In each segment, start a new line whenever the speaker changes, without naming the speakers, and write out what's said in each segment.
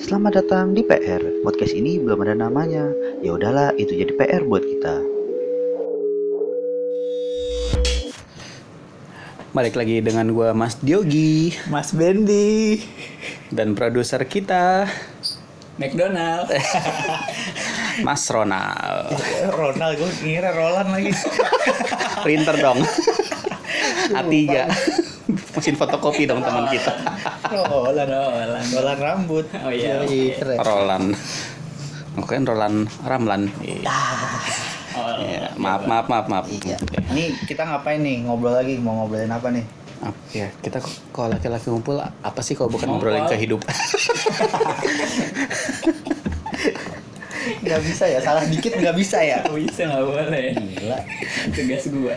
Selamat datang di PR. Podcast ini belum ada namanya. Ya udahlah, itu jadi PR buat kita.
Balik lagi dengan gua Mas Diogi
Mas Bendy
dan produser kita
McDonald
Mas Ronald.
Ronald gue ngira Roland lagi
Printer dong. A3. Mesin fotokopi dong teman kita.
Roland Roland Roland rambut oh iya keren
Roland. Oke, Roland Ramlan.
Ah.
Iya, maaf, maaf, maaf, maaf.
Iya.
Oke.
ini kita ngapain nih ngobrol lagi mau ngobrolin apa nih
Ap- Ya, kita k- kalau laki-laki ngumpul apa sih kalau bukan ngobrolin kehidupan?
nggak bisa ya salah dikit nggak bisa ya
Gak bisa gak boleh
gila
Tugas gua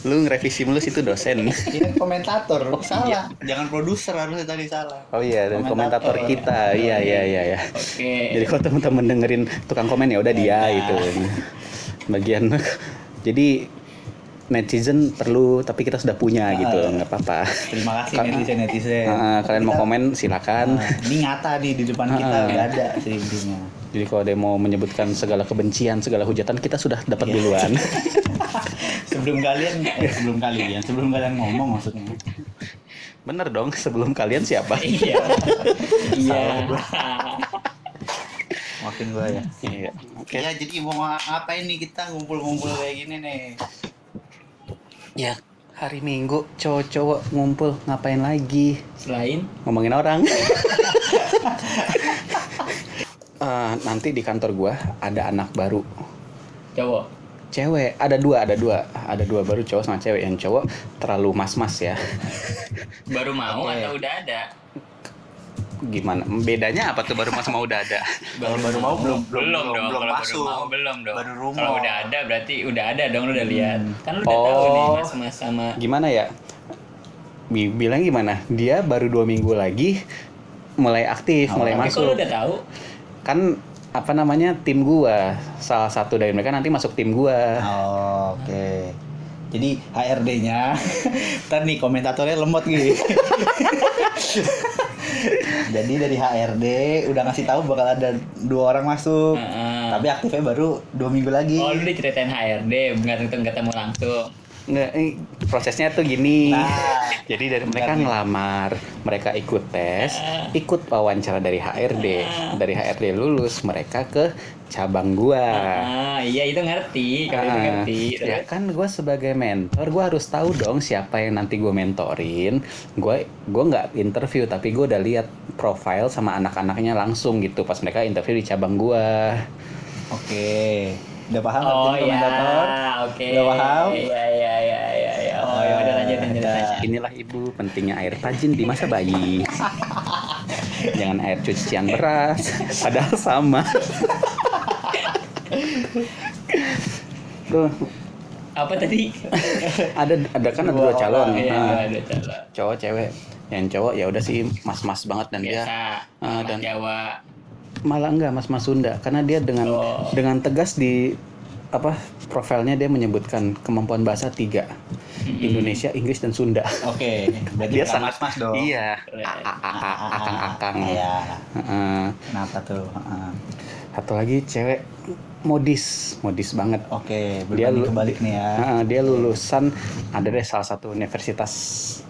Lu ngerevisi mulu situ dosen.
ini kan komentator salah jangan produser harusnya tadi salah
Oh iya, dan komentator, kita.
Komentator.
Iya, iya, iya, iya. Jadi
Oke
kalau teman-teman dengerin tukang komen ya udah dia gitu. Bagian jadi netizen perlu tapi kita sudah punya gitu, nggak apa-apa.
terima kasih
Ka-
netizen netizen
Ah, kalian mau
Kita-
komen silakan.
Ah, ini nyata di di depan kita
Ah.
udah ada sih intinya
Jadi kalau ada yang mau menyebutkan segala kebencian, segala hujatan kita sudah dapat duluan.
sebelum kalian eh, sebelum kalian sebelum kalian ngomong maksudnya
Bener dong, sebelum kalian siapa?
Iya Iya
makin gue ya
Iya. Oke.
Ya jadi mau nga- ngapain nih kita ngumpul-ngumpul kayak gini nih?
Ya, hari Minggu cowok-cowok ngumpul ngapain lagi?
Selain
ngomongin orang. Eh, nanti di kantor gua ada anak baru
cowok
cewek ada dua ada dua ada dua baru cowok sama cewek yang cowok terlalu mas-mas ya
Baru mau
Oke.
atau udah ada?
gimana bedanya apa tuh baru mas mau udah ada
Kalau baru mau belum- belum-
belum,
belum-
dong
belum
Kalau baru
masuk.
mau belum dong
Baru rumor.
Kalau udah ada berarti udah ada dong lu udah lihat Kan lu udah
Oh.
tahu nih mas mas sama
gimana ya Bi- bilang gimana dia baru dua minggu lagi mulai aktif mulai
Tapi Eh, kok lu
masuk
udah tahu?
kan apa namanya tim gua salah satu dari mereka nanti masuk tim gua
Oh, Oke. Jadi HRD-nya, ntar nih komentatornya lemot gitu. Jadi dari HRD udah ngasih tahu bakal ada dua orang masuk,
Heeh.
tapi aktifnya baru dua minggu lagi.
Oh lu diceritain HRD Nggak ketemu ketemu langsung
Nggak, ini eh, prosesnya tuh gini.
Nah.
Jadi dari mereka ngelamar, mereka ikut tes, ikut wawancara dari HRD. Dari HRD lulus, mereka ke cabang gua.
Ah iya itu ngerti Kalau itu
Ah,
ngerti
ya
Terus?
kan gua sebagai mentor, gua harus tahu dong siapa yang nanti gua mentorin. Gua gua nggak interview tapi gua udah lihat profile sama anak-anaknya langsung gitu pas mereka interview di cabang gua.
Oke. Udah paham artinya
Oh iya,
komentator?
oke.
Udah paham?
Iya iya iya iya. iya. Oh ya udah lanjut lanjut.
Udah.
lanjut.
Eh, Inilah ibu pentingnya air tajin di masa bayi. Jangan air cucian beras, padahal sama. Tuh,
Apa tadi?
ada ada kan ada dua calon.
Iya,
Nah,
ada calon.
cowok cewek. Yang cowok ya udah sih mas-mas banget dan dia
Biasa.
Ah,
anak
dan-
Jawa.
malah enggak mas-mas Sunda karena dia dengan
Oh.
dengan tegas di apa profilnya dia menyebutkan kemampuan bahasa tiga Indonesia Inggris dan Sunda
Oke. Berarti
dia
bukan
sangat
mas-mas dong.
iya
Keren.
A- a- a- a-
Ah,
akang-akang
Iya.
Heeh.
Kenapa tuh? Heeh.
satu lagi cewek modis modis banget
Oke,
Dia
berbanding
lu-
kebalik nih ya.
Heeh, dia lulusan ada deh salah satu universitas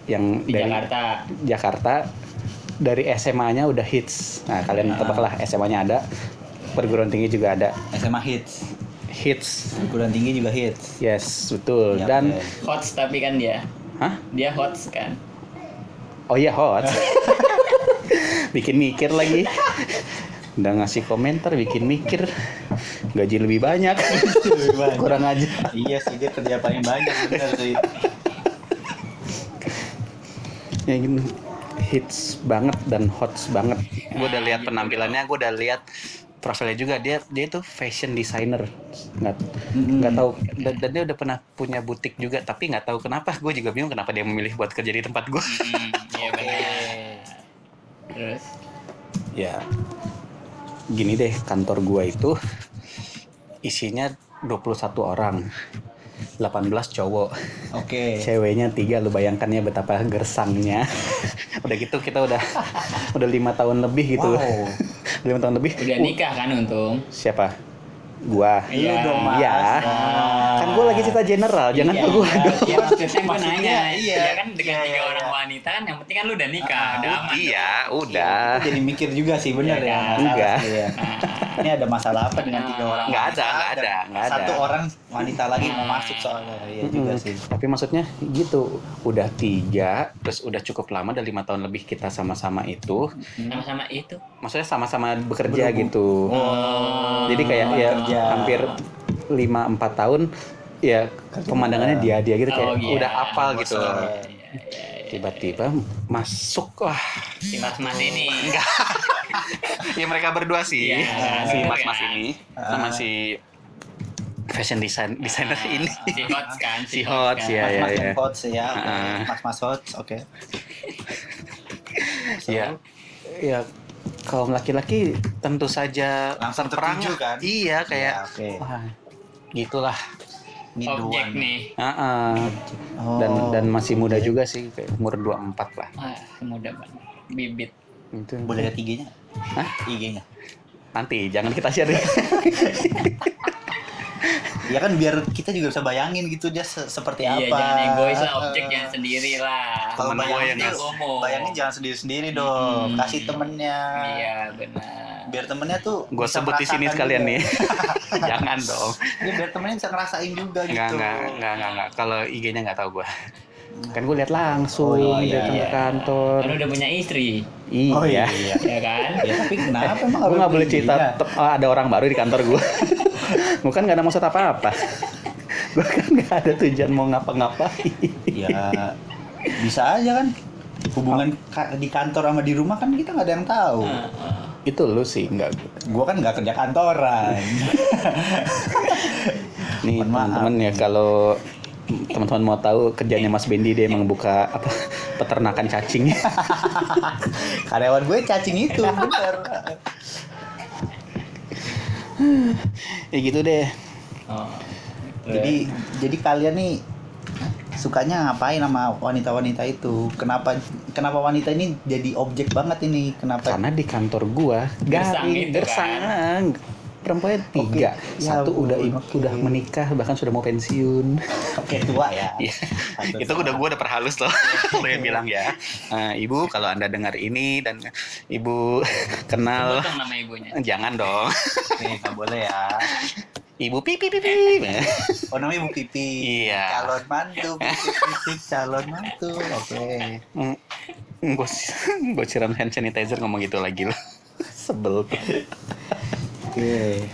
yang
Di
dari
Jakarta.
Jakarta. dari SMA-nya udah hits nah kalian tebaklah SMA-nya ada perguruan tinggi juga ada
SMA hits,
hits
perguruan tinggi juga hits.
yes betul
Ya,
dan
oke.
Hots tapi kan dia.
hah
Dia hots kan.
oh iya hot bikin mikir lagi udah ngasih komentar bikin mikir gaji lebih banyak
Lebih banyak.
kurang aja
iya sih dia kerja paling banyak bener sih.
ya gini hits banget dan hots banget gue udah lihat penampilannya gue udah lihat profilnya juga dia dia itu fashion designer nggak nggak tahu dan, dan dia udah pernah punya butik juga tapi nggak tahu kenapa gue juga bingung kenapa dia memilih buat kerja di tempat gue
Hmm, Iya benar. Terus
ya gini deh kantor gue itu isinya 21 orang 18 cowok
Oke.
ceweknya tiga lu bayangkan ya betapa gersangnya udah gitu kita udah udah lima tahun lebih gitu
Wow.
lima tahun lebih
Udah
Uh,
nikah kan untung.
siapa gua
Iya dong, Mas.
Iya.
Ah.
kan gua lagi cerita general jangan ke gua dong.
Iya, maksudnya gue
ya, Maksudnya,
nanya.
iya.
Iya. kan dengan
Iya,
tiga
iya,
orang
iya.
wanita kan yang penting kan lu udah nikah,
Ah,
udah aman.
iya udah
Aku jadi mikir juga sih bener
Iya,
ya.
kan?
masalah
Enggak.
sih ya. Ini ada masalah apa dengan tiga orang?
Enggak
wanita
ada, enggak
dan
ada, enggak ada.
Satu orang wanita lagi mau masuk soalnya. Iya
Hmm.
juga
Mm-mm.
sih.
Hmm, Tapi maksudnya gitu, udah tiga, terus udah cukup lama, udah lima tahun lebih kita sama-sama itu,
Sama-sama itu.
maksudnya sama-sama bekerja
Berhubung.
gitu.
Oh.
Jadi kayak ya
Bekerja.
hampir lima empat tahun, ya pemandangannya dia dia gitu kayak
Oh, iya.
udah apal gitu.
Bosen.
Tiba-tiba masuk lah.
Si mas-mas ini.
ya mereka berdua sih, ya.
Iya,
si
iya.
mas-mas ini
Ah.
sama si fashion design designer
Ah.
ini.
Ah, Si Hots kan.
Si Hots,
kan.
iya.
Mas mas
iya.
hots ya. oke.
Ah.
Mas mas hots, oke.
Iya. Ya kaum laki-laki tentu saja
Langsung
perang
tertuju kan?
Iya kayak
Ya, oke.
wah gitulah.
Ini
Objek
dua.
nih.
Ah, ah.
Oh.
Dan dan masih muda juga sih kayak umur 24 lah.
Ah, mudah banget. Bibit.
Itu
boleh lihat IG-nya?
Hah?
IG-nya.
nanti jangan kita share.
Ya kan biar kita juga bisa bayangin gitu dia se- seperti apa.
Iya, jangan egois lah, objek ya. jangan sendiri lah.
Kalau
Temen gua yang
bayangin, oh,
ngasih.
Umum.
bayangin jangan sendiri-sendiri dong.
Hmm.
Kasih temennya.
Iya, benar.
Biar temennya tuh
Gue
bisa
sebut di sini
merasakan
sekalian
juga.
nih. jangan dong.
Iya, biar temennya bisa ngerasain juga
Enggak
gitu.
enggak enggak enggak enggak. Kalau IG-nya enggak tahu gua. Kan gue lihat langsung
Nah. Oh, iya,
datang
iya.
ke kantor.
Kan udah punya istri,
Iya.
Oh iya.
ya kan?
ya, tapi kenapa
Gue Eh,
emang harus iya.
nggak boleh
beli
cerita
IG-nya?
tep- ah, ada orang baru di kantor gue. gue kan nggak ada maksud apa-apa. gue kan nggak ada tujuan mau ngapa-ngapain.
Ya bisa aja kan. Hubungan ka- di kantor sama di rumah kan kita nggak ada yang tahu.
Hmm. Itu lu sih nggak.
Gua kan nggak kerja kantoran.
Nih
Mohon maaf.
teman-teman ya kalau teman-teman mau tahu kerjanya Mas Bendi dia emang buka apa peternakan cacing.
Karyawan gue cacing itu, bener.
ya gitu deh.
Oh.
jadi
Eh.
jadi kalian nih sukanya ngapain sama wanita-wanita itu? Kenapa kenapa wanita ini jadi objek banget ini? Kenapa?
Karena di kantor gua
Gersang
garing,
gitu
gersang. Perempuannya tiga,
Ya
satu udah
ampun, oke.
udah menikah bahkan sudah mau pensiun.
Oke tua ya.
Iya.
Satu
itu
tua.
udah gue udah perhalus loh lo yang bilang ya Eh, ibu kalau anda dengar ini dan ibu kenal
Potong nama ibunya.
jangan dong
Nih, nggak boleh ya.
ibu pipi pipi
Oh namanya Bu Pipi.
Iya.
Calon mantu, Bu Pipi, calon mantu. Oke.
Mm, gue gue siram hand sanitizer ngomong gitu lagi lo sebel tuh.
Oke.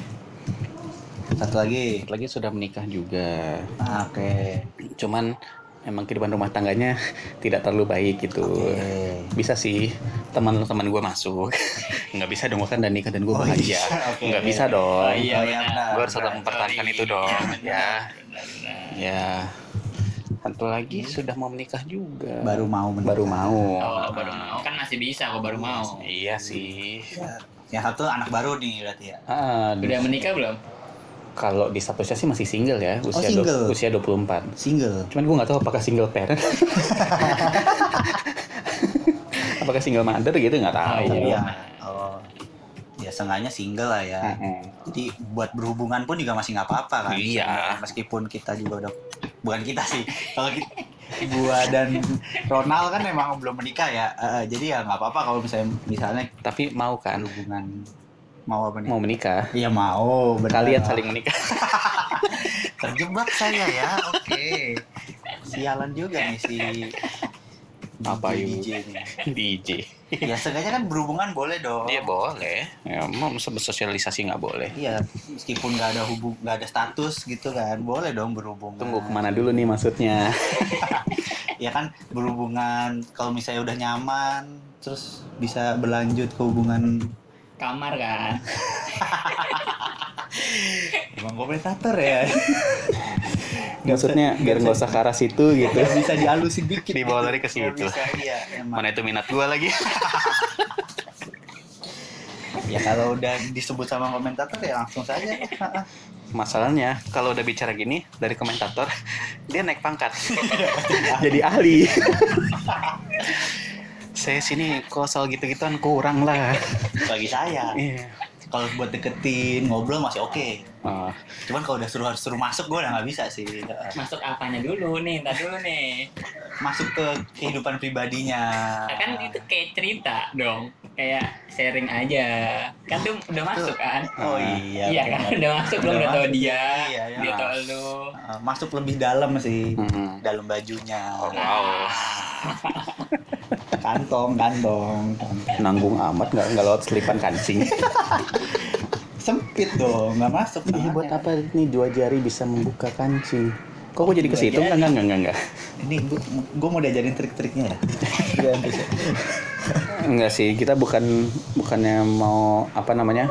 Satu lagi.
lagi sudah menikah juga
Ah, Oke.
cuman emang kehidupan rumah tangganya tidak terlalu baik gitu
Oke.
bisa sih teman-teman gue masuk nggak bisa dong gue kan udah nikah dan gue
Oh,
bahagia
iya. Oke.
nggak bisa dong
Oh, iya,
Oh, iya,
benar. Iya,
benar.
gue harus tetap mempertahankan itu dong ya
Benar, benar.
Ya, satu lagi sudah mau menikah juga.
Baru mau menikah.
baru mau.
Oh, baru mau kan masih bisa kok baru mau.
Iya sih.
Ya. Yang satu anak baru nih berarti ya.
Ah, di-
Udah menikah belum?
kalau di statusnya sih masih single ya, usia dua-
single.
usia 24.
Single.
Cuman gue nggak tahu apakah single parent. apakah single mother gitu nggak tahu.
Oh, iya.
Iya. Oh. Ya seenggaknya single lah ya.
Mm-mm.
Jadi buat berhubungan pun juga masih nggak apa-apa kan.
Iya.
Meskipun kita juga udah bukan kita sih. Kalau kita, gua dan Ronald kan memang belum menikah ya. Eh, eh, jadi ya nggak apa-apa kalau misalnya misalnya
Tapi mau kan?
hubungan mau apa nih?
Mau menikah?
Iya mau. benar.
Kalian Ya saling menikah.
terjebak saya ya. Oke. Sialan juga nih si
Apa,
DJ,
Yu?
DJ ini.
DJ.
Ya seenggaknya kan berhubungan boleh dong.
Dia boleh. Ya, mau sosialisasi nggak boleh.
Iya, meskipun nggak ada hubung, nggak ada status gitu kan, boleh dong berhubungan.
Tunggu kemana dulu nih maksudnya?
Ya kan berhubungan, kalau misalnya udah nyaman, terus bisa berlanjut ke hubungan.
Kamar kan.
Emang komentator ya,
Maksudnya biar nggak usah ke arah situ gitu.
nggak bisa dihalusin dikit.
Dibawa lari ke
Nggak
situ.
bisa, iya, emang.
Mana itu minat gua lagi.
Ya kalau udah disebut sama komentator ya langsung saja.
Masalahnya kalau udah bicara gini dari komentator dia naik pangkat. Jadi ahli. saya sini kok soal gitu-gituan kurang lah.
bagi saya
Iya.
kalau buat deketin ngobrol masih oke
Ah,
cuman kalau udah suruh harus suruh masuk gue udah nggak bisa sih
Masuk apanya dulu nih, entar dulu nih.
masuk ke kehidupan pribadinya
Nah, kan
Ah.
itu kayak cerita dong. Kayak sharing aja. Kan tuh udah masuk kan?
oh iya
Iya kan,
benar.
udah masuk belum
Udah
udah tau
masuk,
dia.
iya, iya.
Dia tau lu.
Uh, masuk lebih dalam sih
mm.
dalam bajunya
Wow.
kantong kantong
Nanggung amat nggak nggak lewat selipan kancing.
sempit dong nggak masuk
Ini buat apa
tangannya.
nih dua jari bisa membuka kancing? Kok gue jadi ke
Dua
situ?
jari.
Enggak, enggak, enggak, enggak.
ini gue mau diajarin trik-triknya ya Biar bisa.
Enggak sih, kita bukan bukannya mau apa namanya?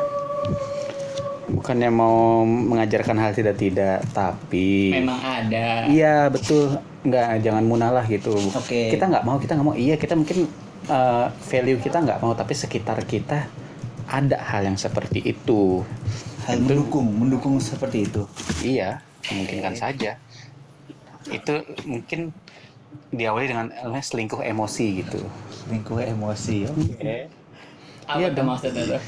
Bukannya mau mengajarkan hal tidak-tidak, tapi
Memang ada.
Iya betul, nggak jangan munah lah gitu.
Oke.
Kita nggak mau, kita nggak mau. Iya kita mungkin uh, value kita nggak mau, tapi sekitar kita ada hal yang seperti itu.
hal mendukung mendukung seperti itu
Iya, memungkinkan saja. Itu mungkin diawali dengan eh, selingkuh emosi gitu.
lingkuh emosi
Apa
Iya
tuh
dong.
maksudnya tuh?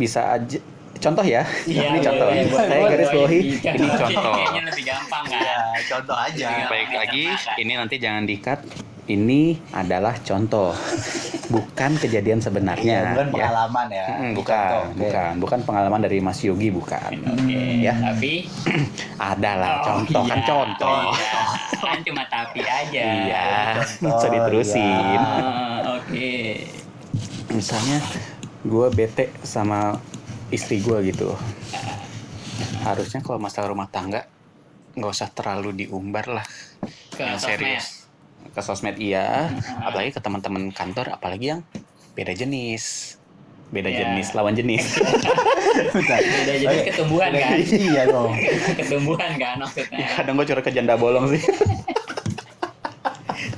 Bisa aja. Contoh ya,
Iya,
ini contoh.
boleh, boleh,
Saya garis
boleh.
bawahi,
Iya,
ini contoh. Iya.
Kayaknya lebih gampang kan?
ya contoh aja
Baik lagi, ini nanti jangan dikat. Ini adalah contoh, bukan kejadian sebenarnya.
Iya, bukan
ya.
pengalaman ya
Mm, bukan,
Contoh, oke.
bukan, bukan pengalaman dari Mas Yogi bukan.
Oke,
Ya.
tapi
Ada lah
Oh,
contoh kan
iya.
contoh.
Oh, iya. Kan cuma tapi aja.
Iya,
Contoh,
bisa diterusin.
iya.
Ah, Oke.
Misalnya gue bete sama istri gue gitu. Harusnya kalau masalah rumah tangga nggak usah terlalu diumbar lah
Ke
yang
sosmed. Mm-hmm.
serius. Ke sosmed iya, apalagi ke teman-teman kantor, apalagi yang beda jenis, beda
Iya.
jenis lawan jenis.
Bentar.
Beda jenis
Oke.
ketumbuhan kan?
iya dong
ketumbuhan kan maksudnya.
Kadang gue curhat ke janda bolong sih.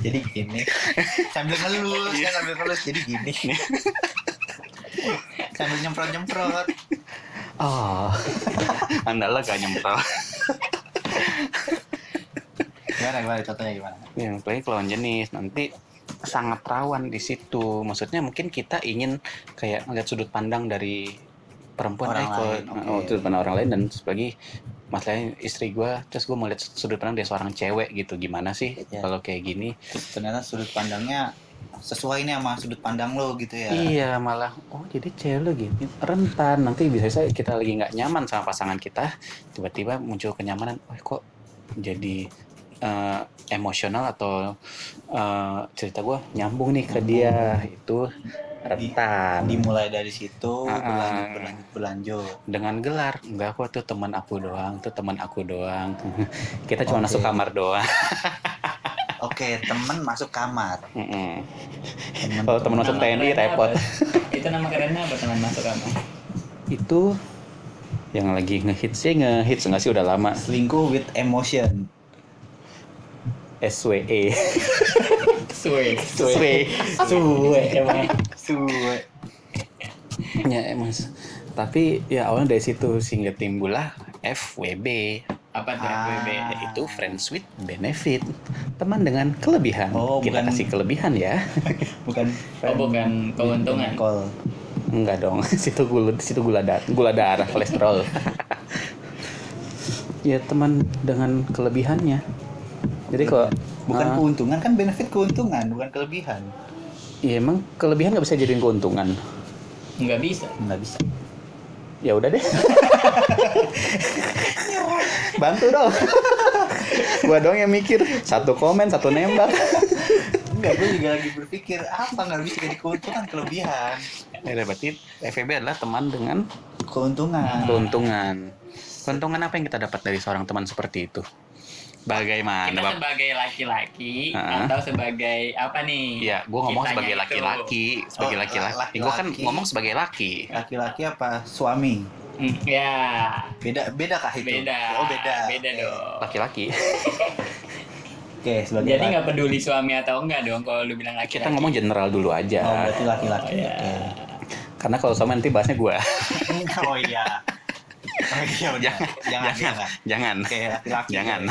jadi gini sambil ngelus kan sambil ngelus jadi gini sambil nyemprot nyemprot
Oh, andalah gak nyemprot.
gimana gimana contohnya gimana
yang Ya, apalagi lawan jenis nanti sangat rawan di situ maksudnya mungkin kita ingin kayak melihat sudut pandang dari perempuan
Orang
eh, kalau-
lain, oke.
oh, sudut pandang orang lain dan sebagai masalahnya istri gua terus gue melihat sudut pandang dari seorang cewek gitu gimana sih
Iya.
kalau kayak gini
ternyata sudut pandangnya sesuai nih sama sudut pandang lo gitu ya
iya malah oh jadi cewek lo gini rentan nanti bisa bisa kita lagi nggak nyaman sama pasangan kita tiba-tiba muncul kenyamanan oh kok jadi eh, emosional atau eh, cerita gua nyambung nih ke dia itu rentan
dimulai dari situ
Ah, ah.
berlanjut berlanjut berlanjut
dengan gelar enggak kok tuh teman aku doang tuh teman aku doang kita cuma masuk
Oke.
kamar doang
oke temen masuk kamar
Mm-mm.
temen
kalau teman masuk
Nama
TNI
kerennya
repot
apa? Itu nama kerennya apa teman masuk kamu?
itu yang lagi ngehitsnya ngehits enggak sih udah lama
selingkuh with emotion
SWE
Sue.
E.
SWE
Sue emang.
suwe
Ya mas, tapi ya awalnya dari situ sehingga timbullah FWB
Apa tuh
Ah.
FWB?
yaitu Friends with Benefit teman dengan kelebihan
Oh,
kita
bukan-
kasih kelebihan ya
bukan
Oh, bukan keuntungan.
Iya.
call
enggak dong situ gula situ gula darah gula darah kolesterol ya teman dengan kelebihannya jadi kalau
bukan
Ah,
keuntungan kan benefit keuntungan bukan kelebihan
ya emang kelebihan nggak bisa jadiin keuntungan
Enggak bisa.
nggak bisa
ya udah deh bantu dong gua dong yang mikir satu komen satu nembak
Enggak, gue juga lagi berpikir apa nggak bisa jadi keuntungan kelebihan
Ya, berarti FEB adalah teman dengan
keuntungan
keuntungan. Keuntungan apa yang kita dapat dari seorang teman seperti itu? Bagaimana,
Kita
kan
Bab?
sebagai laki-laki
Ah.
atau sebagai apa nih?
Ya, gue ngomong
Kitanya
sebagai
itu.
laki-laki, sebagai
gitu. Oh,
laki-laki.
laki-laki.
Gue kan ngomong sebagai laki.
laki-laki apa suami
Mm, Ya.
beda beda
Gitu.
kah itu
Beda.
oh beda
Beda
Oke.
dong.
Laki-laki.
oke sebagai
Jadi
laki-
nggak peduli suami atau enggak dong kalau lu bilang laki-laki.
Kita ngomong general dulu
oh
aja.
berarti laki-laki
Oh, iya.
oke
Karena kalau sama nanti bahasnya gue.
oh iya oh iya udah jangan jangan
Jangan.
oke laki-laki
Jangan.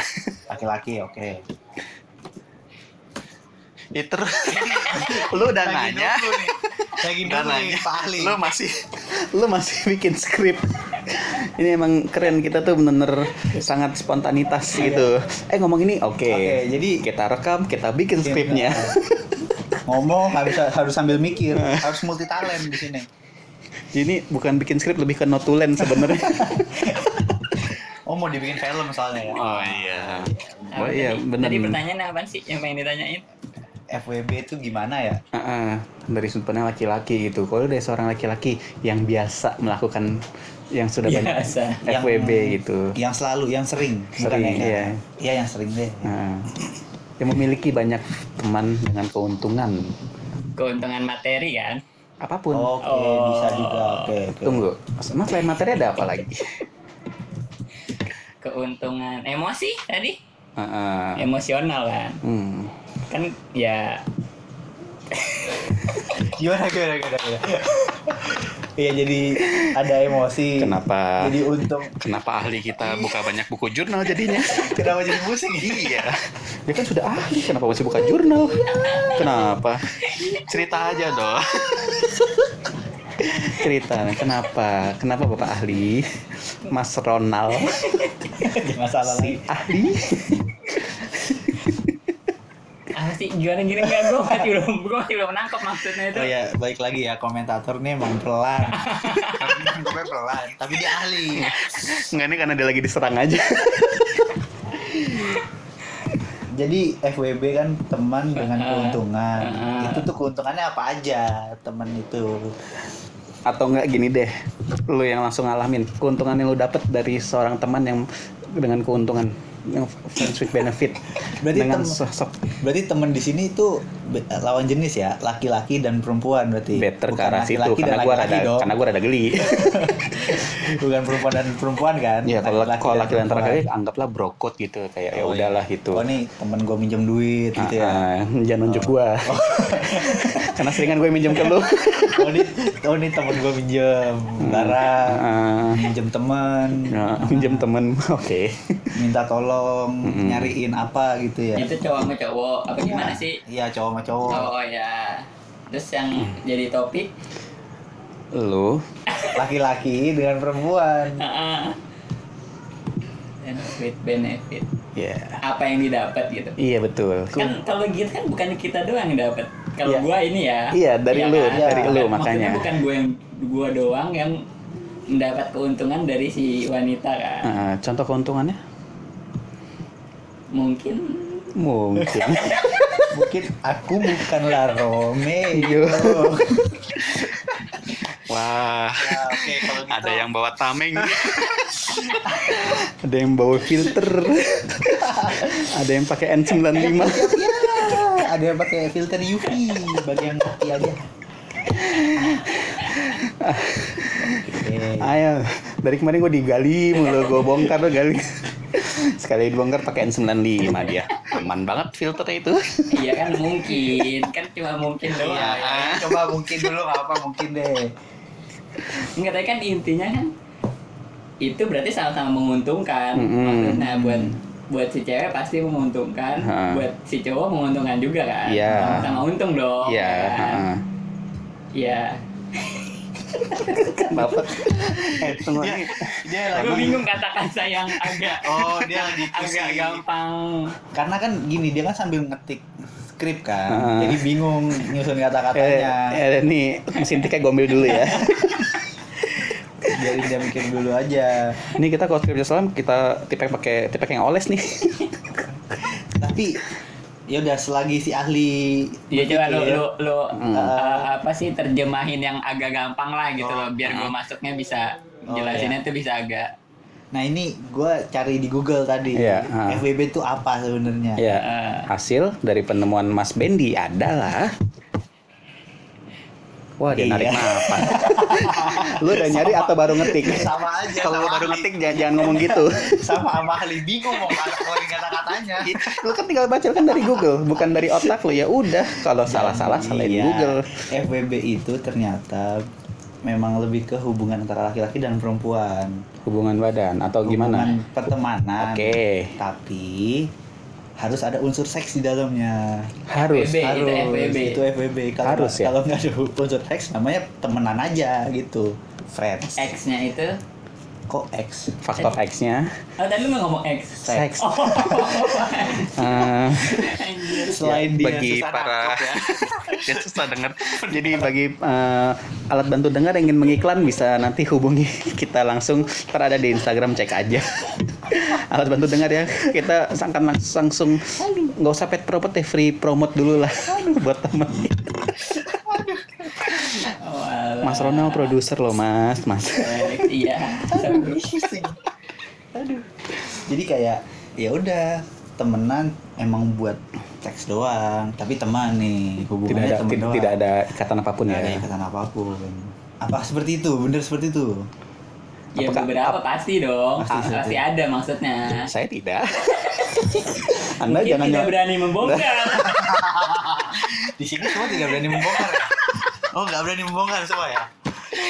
laki-laki oke
itu Ya, terus lu udah
Lagi
nanya
nunggu nih. Lagi
udah
nunggu nih,
nanya
Pak Ali.
lu masih lu masih bikin skrip ini emang keren kita tuh bener-bener sangat spontanitas gitu eh ngomong ini oke
Iya. Oke, jadi-
kita rekam kita
Iya,
bikin skripnya
Ngomong nggak bisa harus sambil mikir, harus multi talent di sini.
jadi bukan bikin skrip lebih ke notulen sebenarnya
Oh mau dibikin film misalnya ya?
oh iya
Apa
oh iya
tadi?
bener
Tadi pertanyaan apa sih yang pengen ditanyain?
FWB itu gimana ya?
Ah, ah, dari sudut pandang laki-laki gitu kalau dari seorang laki-laki yang biasa melakukan yang sudah
Iya.
banyak
Biasa.
Yang-
FWB gitu
Yang selalu, yang sering, bukan
Sering,
yang
iya.
Iya yang sering deh.
Nah, yang memiliki banyak teman dengan keuntungan
Keuntungan materi kan?
apapun.
Oke,
Oh.
bisa juga. Oke, oke.
Tunggu, mas selain materi ada apa lagi?
Keuntungan emosi tadi?
Ah, ah.
Emosional kan?
Hmm.
Kan ya
Gimana gimana gimana. gimana? Iya jadi ada emosi.
Kenapa?
Jadi untung.
Kenapa ahli kita buka banyak buku jurnal jadinya?
Iya. Kenapa jadi pusing? Iya.
Dia kan sudah ahli, kenapa masih buka jurnal? Kenapa? Cerita aja dong. Cerita, kenapa? Kenapa Bapak ahli? Mas Ronald
Masalah lagi.
ahli?
apa ah, sih gimana gini enggak gue masih belum gue masih belum nangkep maksudnya
iya,
itu.
Oh ya, baik lagi ya komentator nih emang pelan. Tapi nangkepnya pelan, tapi dia ahli.
Enggak ini karena dia lagi diserang aja.
Jadi FWB kan teman dengan keuntungan.
Heeh.
Itu tuh keuntungannya apa aja teman itu?
atau enggak gini deh lu yang langsung ngalamin keuntungan yang lu dapet dari seorang teman yang dengan keuntungan yang friends with benefit
Berarti
dengan
tem-
sosok
Berarti teman di sini itu be- lawan jenis ya, laki-laki dan perempuan berarti.
better ke
Bukan
arah situ
laki-laki dan
karena gua
laki-laki
rada
dong.
karena gua rada geli
Bukan perempuan dan perempuan kan?
ya kalau kalau laki dan
perempuan.
terakhir anggaplah brokot gitu kayak ya
Oh, iya.
udahlah gitu
Oh nih temen gue minjem duit gitu ya.
Ah, ah, jangan nunjuk gua karena seringan gue minjem ke lu
Oh nih, oh nih temen gue minjem barang,
Hmm. Ah,
minjem temen,
ah, minjem temen oke
minta tolong
Mm-mm.
nyariin apa gitu
iya.
ya.
Itu cowok sama cowok apa gimana sih?
Iya cowok sama cowok.
Oh ya. Terus yang
Hmm.
jadi topik
lu
Laki-laki dengan perempuan.
Heeh. Dan with benefit
ya
apa yang didapat gitu.
iya betul
Kan kalau gitu kan bukan kita doang yang dapat. Kalau
Iya.
gua ini ya.
Iya, dari lu,
dari
Bukan-
lu,
maksudnya
makanya.
bukan gua yang gua doang yang mendapat keuntungan dari si wanita kan.
Ah, contoh keuntungannya
Mungkin
mungkin
Mungkin aku bukanlah Ya, Romeo.
Iya. Wah,
Ya, Oke kalau gitu.
ada yang bawa tameng. ada yang bawa filter. ada yang pakai N95.
Ya, ada yang pakai filter UV bagi yang kopi aja. Oke.
Ayo, dari kemarin gue digali mulu, gue bongkar lo gali. Sekali dibongkar pakai N95 dia. Aman banget filternya itu.
iya kan mungkin kan cuma mungkin doang.
Iya, coba mungkin dulu nggak apa mungkin deh.
Enggak tapi kan intinya kan itu berarti sama-sama menguntungkan.
Mm-mm.
Maksudnya buat buat si cewek pasti menguntungkan,
Ha.
buat si cowok menguntungkan juga kan.
Iya.
Sama-sama untung dong.
Iya,
ya kan?
heeh.
Iya.
Bapak. Eh, tunggu. ini.
Dia
Gue bingung kata-kata yang agak
Oh dia lagi
agak gampang.
Karena kan gini dia kan sambil ngetik skrip
Ah.
kan, jadi bingung nyusun
Eh,
kata-katanya.
eh, nih, mesin tiknya gue ambil dulu ya. Eh.
Biarin dia mikir dulu aja.
Ini kita kalau skripnya salam kita tipek pakai tipek yang oles nih.
Tapi ya udah selagi si ahli
Ya coba lu
berpikir,
lu, lu
Hmm.
uh, apa sih terjemahin yang agak gampang lah gitu loh biar gue masuknya bisa
Oh,
jelasinnya tuh bisa agak
Nah ini gue cari di Google tadi.
Iya, ah.
FWB itu apa sebenarnya?
Ya,
Eh.
hasil dari penemuan Mas Bendi adalah Wah, dia
Iya.
narik apa? lu udah nyari atau baru ngetik?
Sama aja.
Kalau lu Iya.
sama
baru
ahli.
ngetik jangan, jangan ngomong gitu.
sama sama ahli bingung mau ngeluarin kata-katanya.
lu kan tinggal baca kan dari Google, bukan dari otak lu. Ya udah, kalau salah-salah salahin
Iya.
Google.
FWB itu ternyata memang lebih ke hubungan antara laki-laki dan perempuan.
Hubungan badan atau Oh, gimana?
Hubungan pertemanan.
Oke.
Tapi harus ada unsur seks di dalamnya.
Harus.
FWB, itu
harus
FWB.
itu FWB. Kalau
Harus,
nggak-
ya?
kalau nggak ada unsur seks namanya temenan aja gitu. Friends.
X-nya itu.
Kok X?
Faktor X-nya.
Oh, tadi lu nggak ngomong X.
Seks.
Oh,
eh,
anjir.
Selain dia
bagi
susah
para-
nangkep ya.
ya susah dengar. Jadi bagi eh, alat bantu dengar yang ingin mengiklan bisa nanti hubungi kita langsung terada di Instagram cek aja. alat bantu dengar ya kita sangkan langs- langsung nggak usah pet promote deh free promote dulu lah buat teman.
Oh, alah.
Mas Ronald produser loh mas mas.
Eh, Iya.
Jadi kayak ya udah temenan emang buat seks doang, tapi teman nih
Tidak
hubungannya
ada
teman
tidak,
doang.
tidak ada ikatan apapun
Nggak
ya.
ada ikatan apapun. Apa seperti itu? Bener seperti itu?
Ya
Apakah-
beberapa pasti dong.
Pasti,
Pasti,
pasti.
ada maksudnya.
Saya tidak. Anda
Mungkin
Nah, jangan ya.
tidak
nyok-
berani membongkar.
Di sini semua tidak berani membongkar ya? Oh nggak berani membongkar semua ya?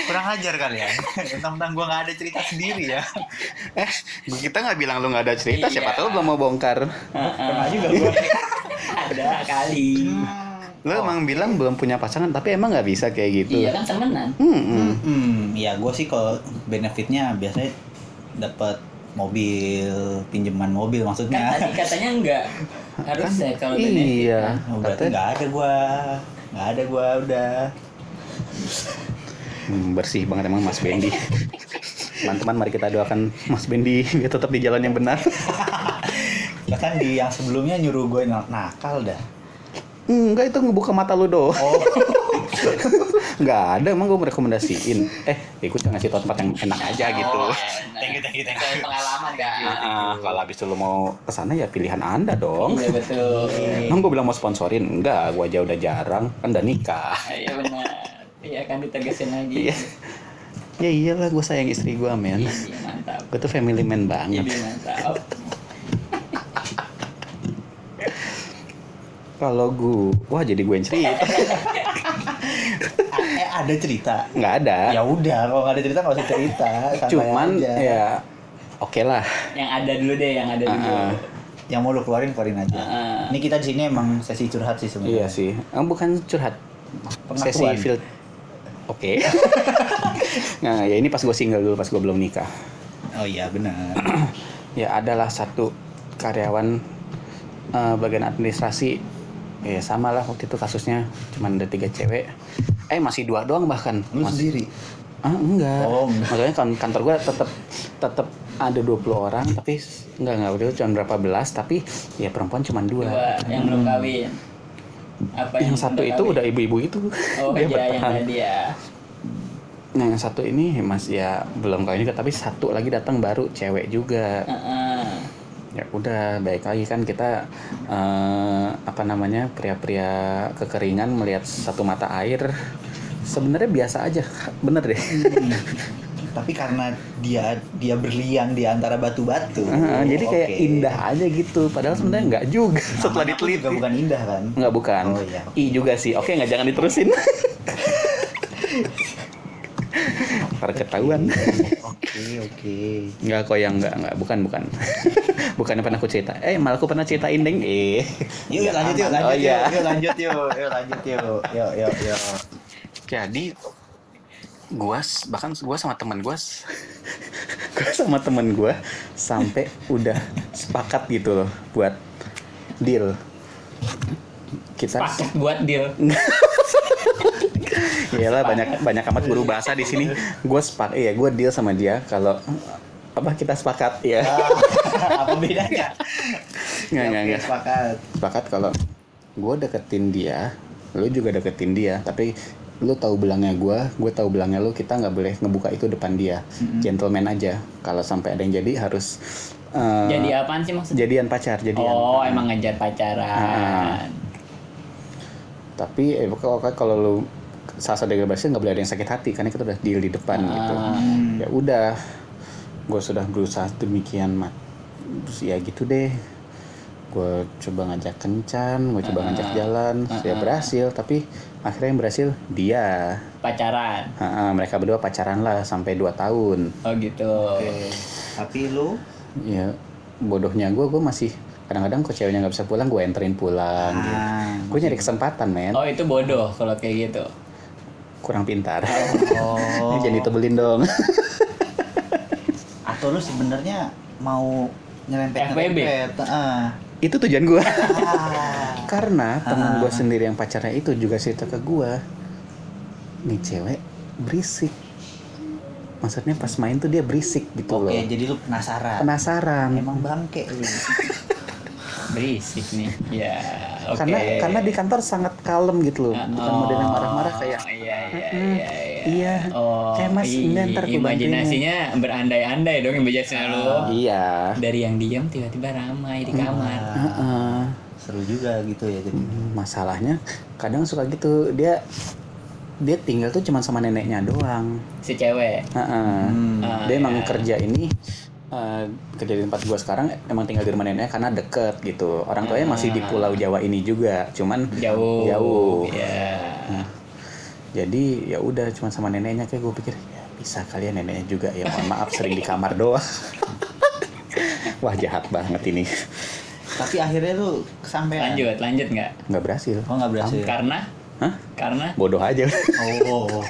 Kurang ajar kali ya? Tentang-tentang gue nggak ada cerita sendiri ya?
Eh, kita nggak bilang lu nggak ada cerita. Siapa
Iya.
tahu belum mau bongkar.
Pernah juga gue
ada kali.
Lu emang bilang belum punya pasangan, tapi emang nggak bisa kayak gitu.
Iya kan temenan.
Hmm.
Hmm, ya gue sih kalau benefitnya biasanya dapat mobil, pinjaman mobil
Kan
maksudnya.
tadi katanya enggak. Harusnya kalau benefit.
iya.
Oh, berarti
Katanya,
nggak ada gua. Nggak ada gua udah.
hmm, bersih banget emang Mas Bendi. Teman-teman mari kita doakan Mas Bendi biar tetap di jalan yang benar.
Bahkan Ya kan di yang sebelumnya nyuruh gue nakal dah.
Hmm, Enggak itu ngebuka mata lu doh.
Oh,
Enggak ada emang gue merekomendasiin. Eh, ikut ngasih tau tempat yang enak aja gitu.
Oh, enak.
Thank you, thank you, thank you.
Soal Pengalaman kan.
Ah, kalau habis itu lu mau kesana ya pilihan Anda dong.
Iya betul.
Emang gue bilang mau sponsorin? Enggak, gue aja udah jarang. Kan udah nikah.
Iya benar. Iya kan ditegasin lagi.
Iya. Ya iyalah gue sayang istri gue men.
Iya mantap.
Gue tuh family man banget.
Iya mantap.
Kalau gue, wah jadi gue yang cerita.
a- eh ada cerita.
Nggak ada.
Ya udah, kalau nggak ada cerita nggak usah cerita. santai
Cuman
aja.
ya oke lah.
Yang ada dulu deh, yang ada dulu.
Ah, ah.
yang mau lu keluarin keluarin aja.
Ah.
Ini kita di sini emang sesi curhat sih
Iya
sebenarnya.
sih. Em, bukan curhat.
Pengakuan.
Sesi field. Oke. nah ya ini pas gue single dulu, pas gue belum nikah.
Oh iya benar.
Ya adalah satu karyawan eh, bagian administrasi. Ya sama lah waktu itu kasusnya. Cuman ada tiga cewek. Eh masih dua doang bahkan.
Lu
Mas-
sendiri.
Ah, enggak.
Oh, enggak.
Maksudnya kan- kantor gua tetap tetap ada 20 orang tapi s- enggak enggak waktu itu cuma berapa belas tapi ya perempuan cuma
Dua,
dua.
yang belum kawin. Apa
Hmm. Yang satu itu
kawin?
udah ibu-ibu itu.
Oh
Dia
iya, yang
bertahan.
tadi ya.
Nah, yang satu ini ya, Mas ya belum kawin juga tapi satu lagi datang baru cewek
Ah,
juga.
Heeh.
Ya udah baik lagi kan kita eh, apa namanya pria-pria kekeringan melihat satu mata air sebenarnya biasa aja bener deh
Tapi karena dia dia berlian di antara batu-batu.
Heeh, Ah,
Hmm.
jadi kayak
oke.
indah aja gitu padahal sebenarnya enggak juga setelah
Namanya pun juga
diteliti
bukan indah kan?
Enggak bukan.
Oh, iya.
I juga sih. Oke, nggak jangan diterusin. Ntar ketahuan.
Oke oke.
Enggak kok yang enggak, enggak. Bukan, bukan. bukan yang pernah aku cerita. Eh, malah aku pernah ceritain, Deng. Eh.
Yuk
Ya,
lanjut yuk
aman.
lanjut
Oh, iya.
yuk, yuk lanjut yuk yuk lanjut yuk yuk yuk yuk.
Jadi gua s- bahkan gua sama teman gua s- gua sama teman gua sampai udah sepakat gitu loh buat deal. Kita
Paket buat deal.
Ah. Iyalah banyak banyak amat guru bahasa di sini. Gue sepak, iya gue deal sama dia kalau apa kita sepakat ya.
Ah, apa bedanya?
Nggak nggak
Oke,
nggak.
Sepakat.
Sepakat kalau gue deketin dia, lu juga deketin dia, tapi lu tahu belangnya gue, gue tahu belangnya lu, kita nggak boleh ngebuka itu depan dia. Gentleman aja. Kalau sampai ada yang jadi harus eh,
Jadi apaan sih maksudnya?
jadian pacar, jadian.
Oh, emang
Ah.
ngejar pacaran.
Tapi eh, kalau kalau lu salah satu degradasi nggak boleh ada yang sakit hati karena kita udah deal di depan gitu.
Ah.
Hmm.
ya udah gue sudah berusaha demikian mat terus ya gitu deh gue coba ngajak kencan gue coba
Ah.
ngajak jalan terus ya berhasil tapi akhirnya yang berhasil dia
Pacaran.
Ha-ha, mereka berdua pacaran lah sampai 2 tahun
Oh gitu.
Oke. Tapi lu
ya bodohnya gue gue masih kadang-kadang kok ceweknya nggak bisa pulang gue enterin pulang gitu.
Ah,
gue nyari kesempatan men
Oh itu bodoh kalau kayak gitu.
kurang pintar
oh.
Ini jangan ditebelin dong
Atau lu sebenarnya mau nyerempet
FBB?
nyerempet. Ah.
itu tujuan gue
Ah.
karena teman gue
Ah.
sendiri yang pacarnya itu juga cerita ke gue nih cewek berisik maksudnya pas main tuh dia berisik gitu loh
Oke, jadi lu penasaran.
penasaran
Emang bangke lu.
Iya. Berisik nih. Ya. oke.
karena karena di kantor sangat kalem gitu loh bukan
Oh,
model yang marah-marah kayak
Iya iya
"Mm-mm,
iya.
iya
Oh,
Eh, Mas,
i-
ini ntar gua
imajinasinya berandai-andai dong imajinasinya lu.
iya
Dari yang diam tiba-tiba ramai di kamar.
Heeh.
Nah, Seru juga gitu ya jadi.
Ah, masalahnya kadang suka gitu dia dia tinggal tuh cuma sama neneknya doang
Si cewek.
Heeh.
Hmm.
Ah,
Hmm. dia emang
iya.
kerja ini eh, kerja di tempat gua sekarang emang tinggal di rumah neneknya karena deket gitu orang tuanya masih
Ah.
di Pulau Jawa ini juga cuman
Jauh.
Jauh.
Iya.
jadi ya udah cuma sama neneknya kayak gue pikir ya bisa kalian neneknya juga ya mohon maaf sering di kamar doang wah jahat banget ini
Tapi akhirnya lu kesampean.
Lanjut, lanjut nggak?
nggak berhasil
Oh, nggak berhasil.
Karena?
Iya. Hah?
Karena?
bodoh aja
Oh, oh, oh.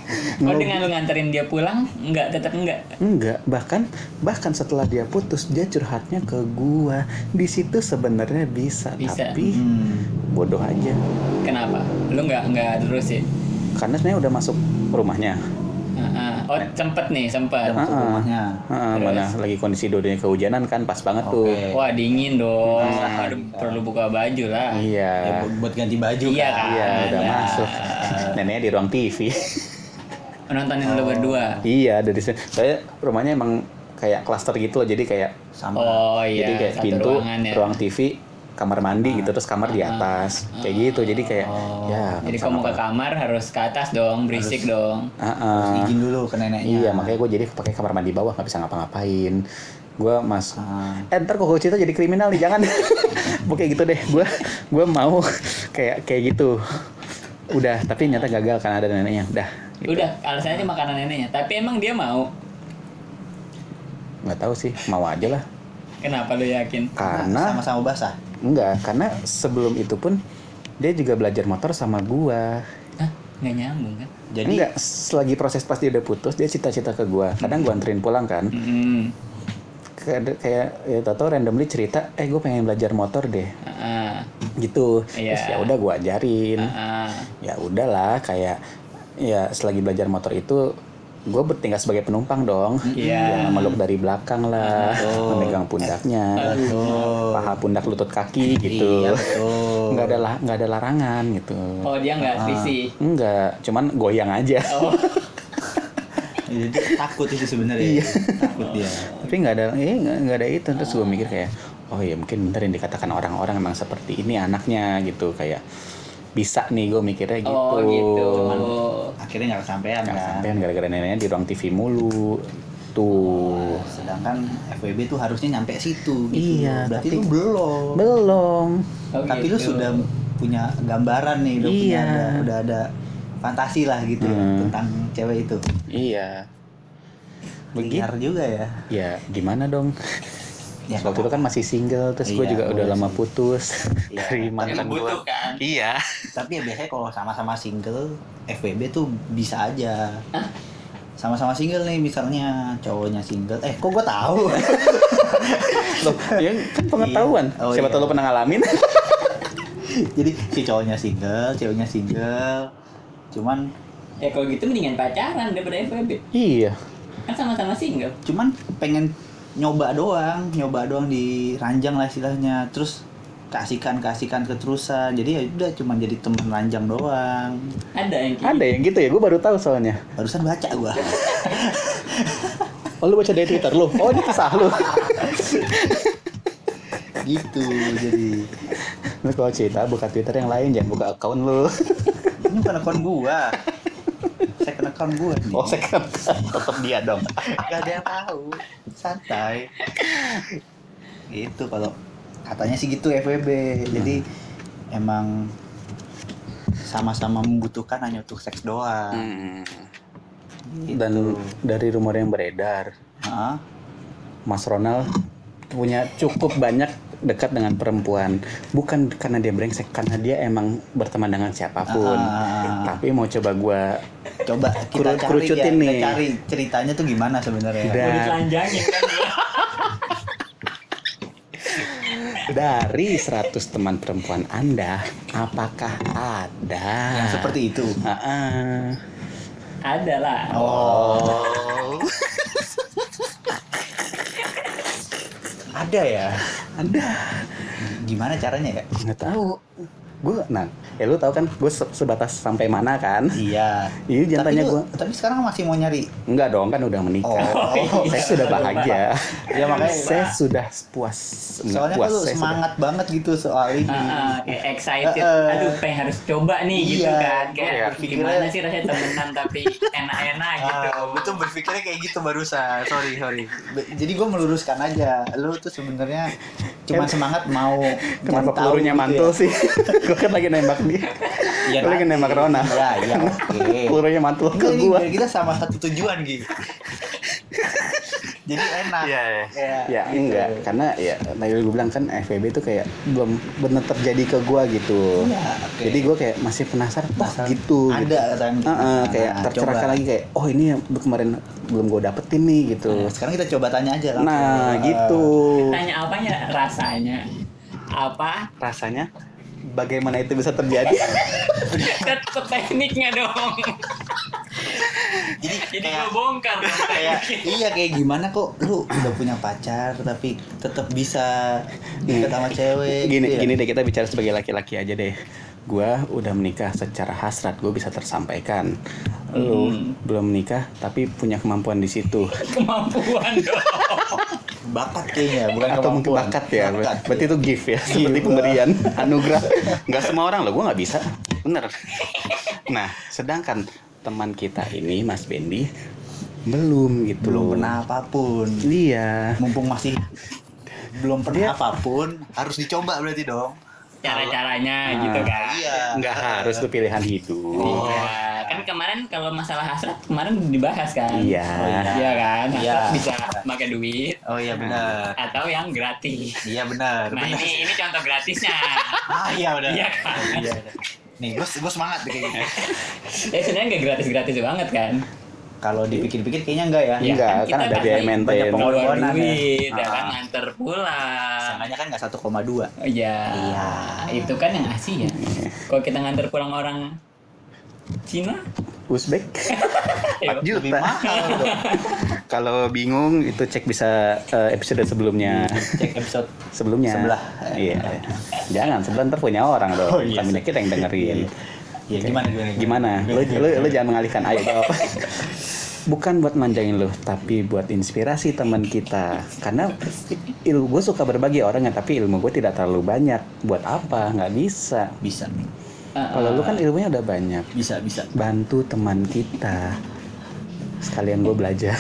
Oh dengan lu nganterin dia pulang, nggak tetap nggak.
Enggak, bahkan bahkan setelah dia putus dia curhatnya ke gua. Di situ sebenarnya bisa,
Bisa.
tapi
Hmm.
bodoh aja.
Kenapa? Lu nggak nggak terusin.
Karena sebenarnya udah masuk rumahnya.
Heeh. Oh sempet nih sempet.
Masuk
Ah.
rumahnya.
Ah,
Terus?
mana lagi kondisi dodonya kehujanan kan pas banget tuh.
Oke.
Wah dingin dong.
Hmm.
Aduh, perlu buka baju lah.
Iya.
Ya, buat, buat ganti baju
Iya
kan.
kan.
Iya, udah
Nah.
masuk. Neneknya di ruang TV.
Nontonin lu berdua.
iya, dari sini. Saya rumahnya emang kayak klaster gitu loh, jadi kayak
Sama.
Oh
jadi
iya.
kayak
satu
pintu,
ruangan ya. Ah,
ruang TV, kamar mandi gitu, terus kamar di atas. Kayak gitu. Jadi kayak
Oh.
ya
Jadi
sama
kalau mau ke kamar harus ke atas dong, berisik dong.
Ah, ah.
Terus izin dulu ke neneknya.
Iya, makanya gue jadi pakai kamar mandi bawah nggak bisa ngapa-ngapain. Gue mas,
Ah.
eh, ntar kok gue cerita jadi kriminal nih jangan. Oke gitu deh, gue gue mau kayak kayak gitu. Udah, tapi nyata gagal karena ada neneknya. Udah, gitu.
Udah, alasannya cuma karena neneknya. Tapi emang dia mau.
nggak tahu sih, mau aja lah.
Kenapa lu yakin?
Karena
sama-sama basah.
enggak, karena sebelum itu pun dia juga belajar motor sama gua.
Hah? Nggak nyambung kan?
Jadi
enggak, selagi proses pas dia udah putus, dia cita-cita ke gua. Kadang gua anterin pulang kan.
Hmm.
Kad- Kayak ya, tau randomly cerita, eh gue pengen belajar motor deh.
Heeh.
gitu
Iya.
terus ya udah gue
ah,
ajarin
Heeh.
ya udahlah kayak ya selagi belajar motor itu gue bertingkah sebagai penumpang dong yang
Iya.
meluk dari belakang lah memegang pundaknya
Oh.
paha pundak lutut kaki gitu
Iya, betul.
nggak ada lah nggak ada larangan gitu
Oh dia nggak selisih.
Enggak, cuman goyang aja.
Oh.
Jadi takut itu sebenarnya.
Iya.
takut dia.
Tapi nggak ada, eh, nggak nggak ada itu. Terus gue mikir kayak, oh ya mungkin bener yang dikatakan orang-orang emang seperti ini anaknya gitu kayak bisa nih gue mikirnya gitu.
Oh gitu.
Akhirnya nggak kesampean
Nggak
kan.
sampean gara-gara neneknya di ruang TV mulu. Tuh.
Sedangkan FWB tuh harusnya nyampe situ gitu.
Iya,
Berarti
tapi-
lu belum.
Belum.
Oh,
tapi lu
gitu.
sudah punya gambaran nih, udah punya
Iya.
ada, udah ada fantasi lah gitu ya,
Hmm.
tentang cewek itu.
Iya. Begitu.
Liar juga ya.
Ya, gimana dong?
Ya,
Waktu itu kan masih single, terus gue
Iya,
juga udah
boleh
lama
sih.
putus
Iya.
dari mantan gue.
butuh kan?
Iya.
Tapi ya biasanya kalau sama-sama single, FWB tuh bisa aja. Sama-sama single nih misalnya cowoknya single. Eh, kok gue tahu?
Loh, ya kan pengetahuan.
Iya. Oh,
Siapa
iya.
tahu lo pernah ngalamin.
Jadi si cowoknya single, ceweknya single. Cuman
Ya kalau gitu mendingan pacaran daripada FWB.
iya.
Kan sama-sama single.
cuman pengen nyoba doang, nyoba doang di ranjang lah istilahnya. Terus kasihkan kasihkan keterusan. Jadi ya udah cuman jadi temen ranjang doang.
Ada yang kayak
Ada yang gitu ya, gue baru tahu soalnya.
Barusan baca gua.
Oh, lu baca dari Twitter lu. Oh, ini kisah lu.
gitu jadi.
Lu kalau cerita buka Twitter yang lain, jangan buka akun lu.
Iya. Ini bukan akun gua. Second account gua nih.
Oh, saya kan tetap dia dong.
Gak ada yang tahu. Santai. gitu kalau katanya sih gitu FWB. Jadi
Hmm.
emang sama-sama membutuhkan hanya untuk seks doang. Hmm. Gitu.
Dan dari Hmm. rumor yang beredar,
Hah?
Mas Ronald punya cukup banyak dekat dengan perempuan bukan karena dia brengsek karena dia emang berteman dengan siapapun
Ah.
tapi mau coba gua
Coba
Keru-
kita cari
kerucutin
ya,
nih.
kita cari ceritanya tuh gimana sebenarnya.
Dan-
Mau ditelanjangin kan gua.
dari 100 teman perempuan anda apakah ada
Yang seperti itu.
Ah, ah.
Ada lah.
Oh. Ada ya?
ada
Gimana caranya ya?
nggak tahu gue nah ya lu tahu kan gue sebatas sampai mana kan
Iya.
Iya, jangan
tapi
tanya
lu-
gua.
Tapi sekarang masih mau nyari.
enggak dong kan udah menikah
iya.
Oh.
saya sudah bahagia
ya makanya
saya sudah puas Enggak
soalnya
puas
tuh lu
saya sudah-
semangat banget gitu soal ini.
Ah, ah, kayak excited,
Ah, ah.
aduh pengen harus coba nih gitu
Iya, Ah.
kan kayak
gua berpikirnya-
gimana sih rasanya temenan tapi enak-enak gitu
betul berpikirnya kayak gitu barusan. Sorry, sorry. Jadi gue meluruskan aja. Lu tuh sebenarnya cuma semangat mau
Kan Kenapa
cari tahu
pelurunya
gitu
mantul
ya.
sih? gue kan lagi nembak dia.
Iya,
Gue lagi
nanti.
nembak Rona.
Iya, iya, oke.
Pelurunya mantul ke
Enggak, ini
gua.
biar kita sama satu tujuan gitu. Jadi enak.
Iya, iya.
Iya.
Ya enggak, karena ya tadi gue bilang kan FVB tuh kayak belum benar terjadi ke gua gitu.
Iya, oke.
Jadi gua kayak masih penasaran wah
Penasaran.
gitu.
Ada
gitu.
katanya.
Heeh, kayak
Nah,
tercerahkan
coba.
lagi kayak oh ini yang kemarin belum gua dapetin nih gitu.
Sekarang kita coba tanya aja langsung.
Nah,
Eh,
gitu.
tanya apanya rasanya apa
Rasanya bagaimana itu bisa terjadi?
tetep Kan tekniknya dong
Jadi
jadi
kayak
gua bongkar dong
kayak
tekniknya.
iya kayak gimana kok lu udah punya pacar tapi tetap bisa deket sama cewek
gini
gitu ya?
gini deh kita bicara sebagai laki-laki aja deh gua udah menikah secara hasrat gue bisa tersampaikan lu
Hmm.
belum menikah tapi punya kemampuan di situ
kemampuan dong
bakat kayaknya bukan
atau mungkin
kemampuan.
bakat ya
Bakat. Iya.
berarti itu gift ya seperti pemberian anugerah nggak semua orang loh gue nggak bisa bener nah sedangkan teman kita ini Mas Bendi belum gitu
belum
loh.
pernah apapun
iya
mumpung masih belum pernah apapun harus dicoba berarti dong
cara-caranya gitu kan
iya
nggak harus tuh pilihan hidup
Oh.
Iya. kan kemarin kalau masalah hasrat kemarin dibahas kan
Iya.
Oh, iya kan
Iya.
hasrat bisa pakai duit
oh iya benar
atau yang gratis
iya benar
nah
benar
ini ini contoh gratisnya
ah iya udah
Iya kan?
iya nih gue gue semangat deh kayak gitu
ya sebenarnya nggak gratis-gratis banget kan
kalau dipikir-pikir kayaknya enggak ya
Iya.
enggak
kan
kan
kita
ada biaya
pasti
maintain
banyak
keluar
Pengorbanan ya.
duit ya kan
Ah.
nganter pulang
Sangkanya kan enggak 1,2
Oh, Iya.
Iya.
Itu kan yang Asia. Kalau kita nganter pulang orang Cina,
Uzbek Iya.
ayo.
lebih mahal dong
Kalau bingung itu cek bisa eh, episode sebelumnya.
cek episode
Sebelumnya.
Sebelah.
Iya. Jangan sebelah ntar punya orang dong.
Oh, iya.
Tapi kita yang dengerin.
ya
Oke.
gimana gimana
Iya, Gimana? Lu, lu, lu jangan mengalihkan ayo jawab. Bukan buat manjangin lu, tapi buat inspirasi teman kita. Karena ilmu gue suka berbagi orangnya, tapi ilmu gue tidak terlalu banyak. Buat apa? Nggak bisa.
bisa Ah.
Kalau lu kan ilmunya udah banyak.
bisa bisa
Bantu teman kita. Sekalian gue belajar.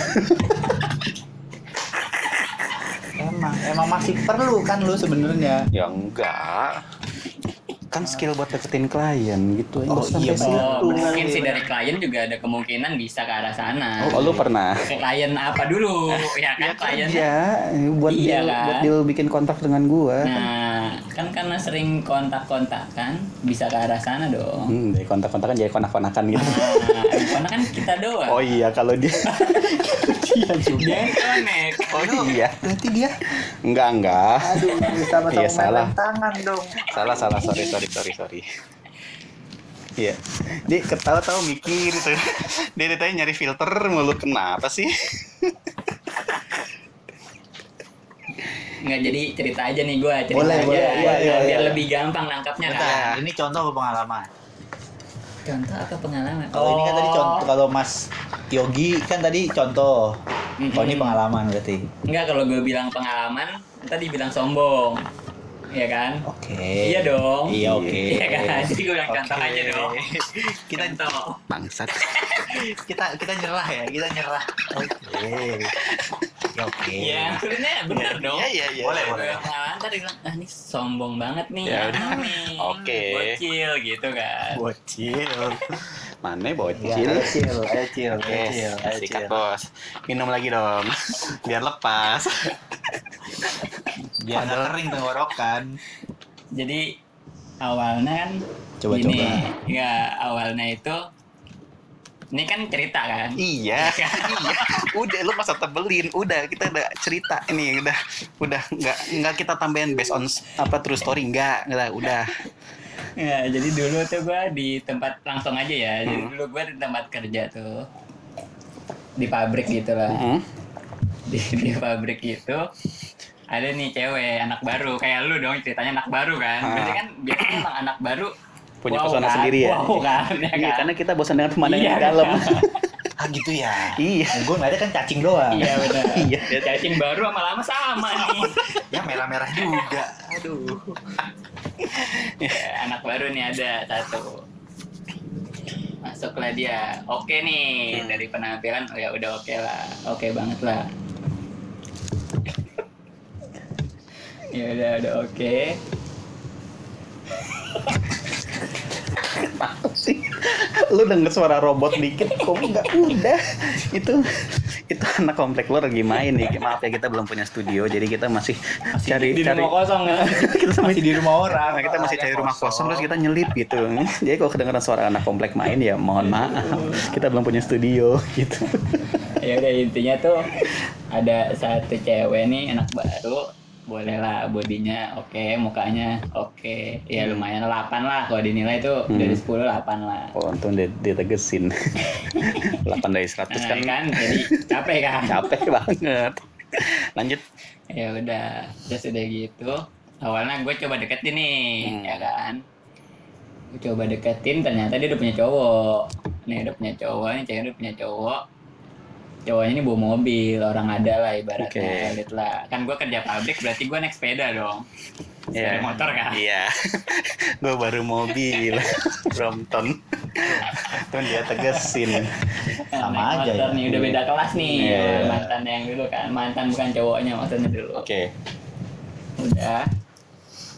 emang emang masih perlu kan lu sebenarnya
Ya enggak. Kan skill buat deketin klien gitu.
Oh,
Nggak sampai
iya, bener.
situ.
Oh, mungkin sih dari klien juga ada kemungkinan bisa ke arah sana.
Oh, lu pernah?
Ke klien apa dulu? ya kan klien.
Iya, buat
Iya,
deal,
kan?
buat deal bikin kontak dengan gua.
Nah, kan karena sering kontak-kontakan, bisa ke arah sana dong.
Hmm, dari kontak-kontakan jadi konak-konakan gitu.
Nah, karena kan kita doang.
Oh iya, kalau dia dia juga.
Jangan connect.
Oh iya.
berarti dia
Enggak, enggak.
aduh sama-sama
Iya, salah.
main tangan dong
Salah, salah. Sorry, sorry, sorry, sorry. Iya. Dia ketawa-tawa mikir gitu. Dia dia tadi nyari filter mulu kenapa sih?
Nggak jadi cerita aja nih gua cerita
Boleh,
aja.
boleh. Iya, iya, iya.
biar lebih gampang nangkapnya kan.
Bentar, ini contoh apa pengalaman?
Contoh apa pengalaman?
Kalau ini kan tadi
Oh.
contoh, kalau Mas Yogi kan tadi contoh. Kalau ini
Mhm.
pengalaman berarti.
Enggak kalau gue bilang pengalaman, tadi bilang sombong. Iya kan?
Oke.
Iya dong.
Iya oke.
Iya kan? Jadi gue bilang contoh
Oke.
aja dong.
Kita
contoh.
Bangsat.
kita kita nyerah ya, kita nyerah. Oke. Ya oke.
Iya, maksudnya benar dong.
Iya, iya, iya.
Boleh,
Kalau
boleh.
gue Pengalaman tadi bilang, ah ini sombong banget nih.
Ya udah.
anak nih.
Oke.
Bocil gitu kan.
Bocil.
Mana
Ya,
bocil?
ayo chill, ayo chill, ayo
Yes,
chill, ayo
sikat
chill.
bos. Minum lagi dong, biar lepas.
biar nggak
Padahal-
kering kan. tenggorokan
jadi awalnya kan
Coba,
gini,
coba.
ya awalnya itu ini kan cerita kan
Iya, iya. Udah lu masa tebelin, udah kita udah cerita ini udah udah nggak nggak kita tambahin based on s- apa true story nggak nggak udah.
ya jadi dulu tuh gue di tempat langsung aja ya jadi
Hmm.
dulu gue di tempat kerja tuh di pabrik gitu lah
Heeh.
di, di pabrik itu ada nih cewek anak baru kayak lu dong ceritanya anak baru kan
Ah.
berarti kan biasanya emang anak baru
Punya
wow
pesona
kan?
sendiri ya.
wow kan, ya
Iya,
kan?
karena kita bosan dengan pemandangan
Iya.
di dalam.
ah gitu ya
iya.
gue nggak ada kan cacing doang
iya benar
Iya.
cacing baru lama-lama sama nih
ya merah-merah juga aduh
Ya, anak baru nih ada satu masuklah dia oke nih
Hmm.
dari penampilan oh ya udah oke lah oke banget lah ya udah udah oke
Apa sih? Lu denger suara robot dikit kok nggak udah. Itu itu anak komplek lu lagi main ya. Maaf ya kita belum punya studio jadi kita masih, cari
di
cari
rumah kosong kan?
kita
masih di rumah orang
Nah, kita masih
ada
cari rumah kosong terus kita nyelip gitu. Jadi kalau kedengeran suara anak komplek main ya mohon maaf. Kita belum punya studio gitu.
ya udah intinya tuh ada satu cewek nih anak baru boleh lah bodinya oke mukanya oke ya lumayan 8 lah kalau dinilai tuh
Hmm.
dari 10 8 lah
Oh, untung dia ditegesin. 8 dari 100
Nah,
kan
kan jadi capek kan
capek banget. Lanjut.
ya udah terus udah gitu awalnya gue coba deketin nih
Hmm.
ya kan gue coba deketin ternyata dia udah punya cowok nih udah punya cowok nih cewek udah punya cowok cowoknya ini bawa mobil orang ada lah ibaratnya
Oke.
elit lah kan gue kerja pabrik berarti gue naik sepeda dong
Iya.
sepeda motor kan
Iya. Gue baru mobil Brompton. Tuh dia tegesin.
Nah,
Sama aja
naik motor
ya.
nih udah beda kelas nih
Iya, iya.
mantan yang dulu kan mantan bukan cowoknya maksudnya dulu
Oke.
udah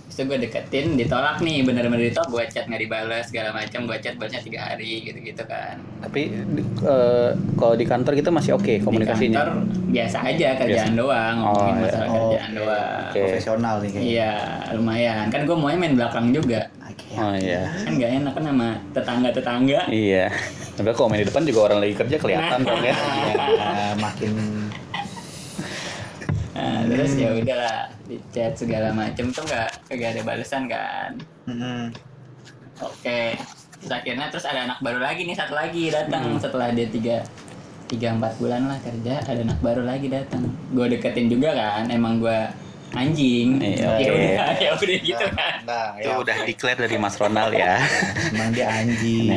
Terus itu gue deketin ditolak nih bener-bener ditolak gue chat nggak dibales segala macam gue chat balasnya tiga hari gitu-gitu kan
Tapi di- eh, kalau di kantor kita masih oke
di
komunikasinya.
kantor biasa aja kerjaan doang ngomongin
Oh, iya.
masalah
Oh,
kerjaan
oke.
doang
Oke.
profesional nih kayaknya
iya lumayan kan gue maunya main belakang juga
Oke.
Oh iya.
kan nggak enak kan sama tetangga-tetangga
Iya. Tapi kalau main di depan juga orang lagi kerja kelihatan dong ya.
Ya, makin
nah, terus ya udahlah di chat segala macam tuh nggak nggak ada balasan kan
Mm-mm.
Oke. Terus akhirnya terus ada anak baru lagi nih satu lagi
Hmm.
datang setelah dia tiga tiga empat bulan lah kerja ada anak baru lagi datang. Gue deketin juga kan, emang gue anjing.
Iya,
Ya
oke.
udah, ya udah gitu kan.
nah
Itu
ya
udah declare dari Mas Ronald ya.
emang dia anjing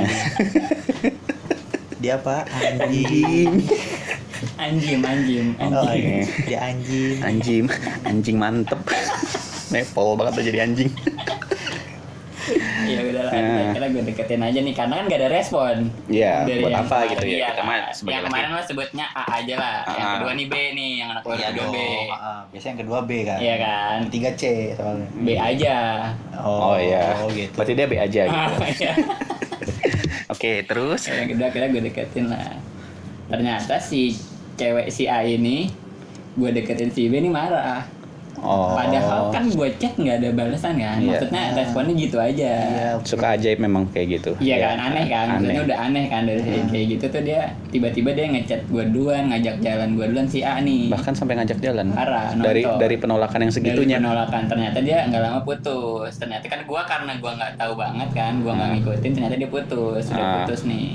dia apa anjing
Anjing, anjing,
Oh,
anjing.
iya. dia anjing
Anjing, anjing mantep. Nepol banget tuh jadi anjing.
Ya udah lah,
Nah.
akhirnya gue deketin aja nih karena kan gak ada respon.
Iya,
Dari
buat
yang
apa gitu ya,
iya
kita mah
kan.
sebagai
Yang
laki-
kemarin lo sebutnya A aja lah. Yang
Ah.
kedua nih B nih, yang anak baru
Iya
kedua
dong.
B.
Ah, biasanya yang kedua B kan.
Iya kan?
Yang Tiga C soalnya.
B
Iya.
aja.
Oh, iya.
Oh gitu.
Berarti dia B aja gitu.
Ah, iya.
Oke, terus
yang kedua akhirnya gue deketin lah ternyata si cewek si A ini gue deketin si B ini marah
oh
padahal kan gue chat nggak ada balasan kan
Iya.
maksudnya responnya gitu aja
Iya.
suka ajaib memang kayak gitu.
Iya kan aneh kan maksudnya
Aneh. Hmm.
udah aneh kan dari kayak gitu tuh dia tiba-tiba dia ngechat gue duluan ngajak jalan gue duluan si A nih
Bahkan sampai ngajak jalan.
Parah,
dari
nonton.
dari penolakan yang segitunya.
dari penolakan ternyata dia nggak lama putus ternyata kan gua karena gua nggak tahu banget kan gua nggak
Ah.
ngikutin ternyata dia putus udah
Ah.
putus nih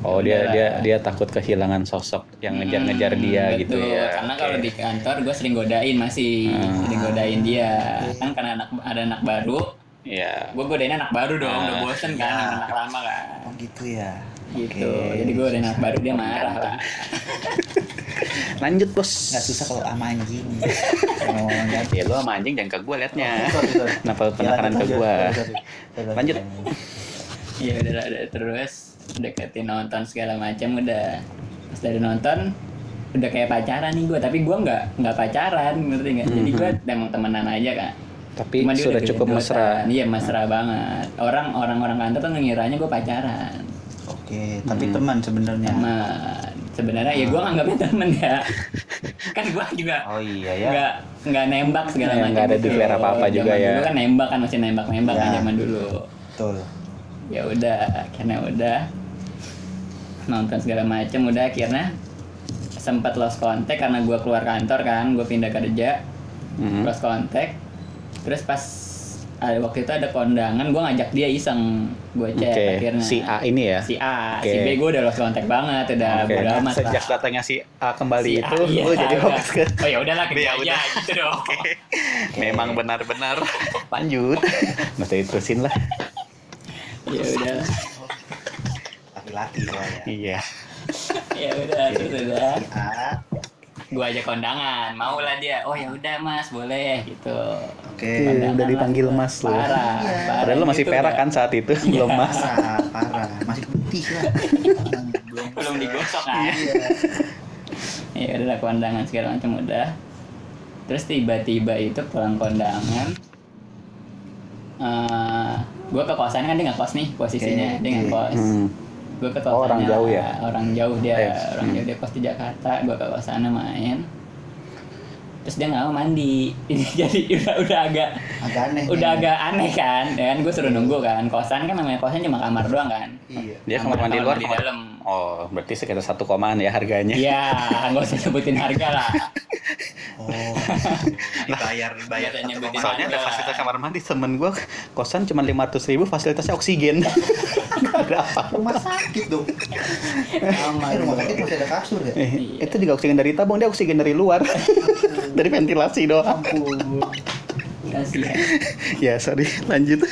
oh, dia
Udah.
dia dia takut kehilangan sosok yang ngejar-ngejar dia
Hmm,
gitu
betul.
ya.
Karena
Oke.
kalau di kantor gue sering godain masih,
Hmm.
sering godain dia. Kan karena anak ada anak baru,
Iya.
gue godain anak baru dong,
Ah.
udah bosen kan sama anak lama kan.
Oh gitu ya.
Gitu.
Oke.
Jadi gue godain anak baru dia marah lah.
Lanjut, Bos.
Nggak susah kalau sama anjing. Kalau ngomong anjing.
Ya lu sama anjing jangan ke gua liatnya.
Sorry, sorry.
Kenapa
Ya,
penekanan
lanjut,
Nah, ke gua?
lanjut, lanjut, lanjut.
Lanjut.
Iya udah lah, udah. terus deketin nonton segala macam udah. Pas dari nonton udah kayak pacaran nih gue, tapi gue nggak nggak pacaran, ngerti nggak? Jadi gue emang temenan aja kan.
Hmm. Tapi
Cuma dia
sudah
udah
cukup
gendutan.
mesra.
Iya mesra banget. Orang orang orang kantor tuh ngiranya gue pacaran.
Oke, tapi teman sebenarnya.
Teman. sebenarnya ya gue nganggapnya temen ya kan gue juga
Oh iya ya.
nggak nggak nembak segala
Ya,
macam
nggak ada
gitu.
declare apa-apa
Zaman
juga ya. Iya.
dulu kan nembak kan masih nembak nembak kan
Ya.
zaman dulu
betul
ya udah akhirnya udah nonton segala macam udah akhirnya sempat lost contact karena gue keluar kantor kan gue pindah kerja
Mhm.
lost contact terus pas ada waktu itu ada kondangan gue ngajak dia iseng gue
Oke,
chat akhirnya
si A ini ya.
si A si
Oke.
B gue udah lost contact banget udah
Oke.
bodo amat lah.
Sejak datangnya si A kembali
Si A,
itu,
iya,
lu jadi
ada.
hoax ke.
oh ya udahlah kerja
Ya
aja
udah.
gitu dong
Memang benar-benar. Lanjut. Iya. Mesti terusin lah.
ya udah
laki-laki soalnya
Iya.
ya udah terus udah
Ah,
gue ajak kondangan mau lah dia oh ya udah mas boleh gitu
oke
Iya, udah
Kondangan
dipanggil
lah.
mas lu.
parah,
Iya.
parah
Padahal lu masih
gitu
perak
udah.
kan saat itu, belum mas.
parah parah masih putih lah Iya. Hmm, belum
belum digosok kan
kan?
ya udah lah, kondangan segala macam udah terus tiba-tiba itu pulang kondangan eh gue ke kosan kan dia nggak kos nih posisinya
Oke,
dia nggak
oke.
kos
Hmm.
gue ke
Oh,
kosannya
orang jauh ya?
lah. orang jauh dia
Eh,
orang
hmm.
jauh dia kos di Jakarta gue ke kosannya main terus dia nggak mau mandi jadi udah udah agak
agak aneh
udah
nih.
agak aneh kan ya kan gue suruh nunggu kan kosan kan namanya kosan cuma kamar doang kan
iya
Dia kamar
Kamar-
mandi
kamar
luar.
mandi
kamar-
dalam.
Oh, berarti sekitar satu komaan ya harganya.
Iya, nggak usah sebutin harga lah.
oh dibayar dibayar
Biasanya
satu
beda.
koma-
Soalnya ada
Iya.
fasilitas kamar mandi temen gua kosan cuma 500 ribu fasilitasnya oksigen. Gak ada apa.
rumah sakit dong
Aman.
eh, rumah sakit masih ada kasur ya
Eh, Itu juga oksigen dari tabung, dia oksigen dari luar. dari ventilasi doang.
ampun
Kasihan.
ya, sorry. Lanjut.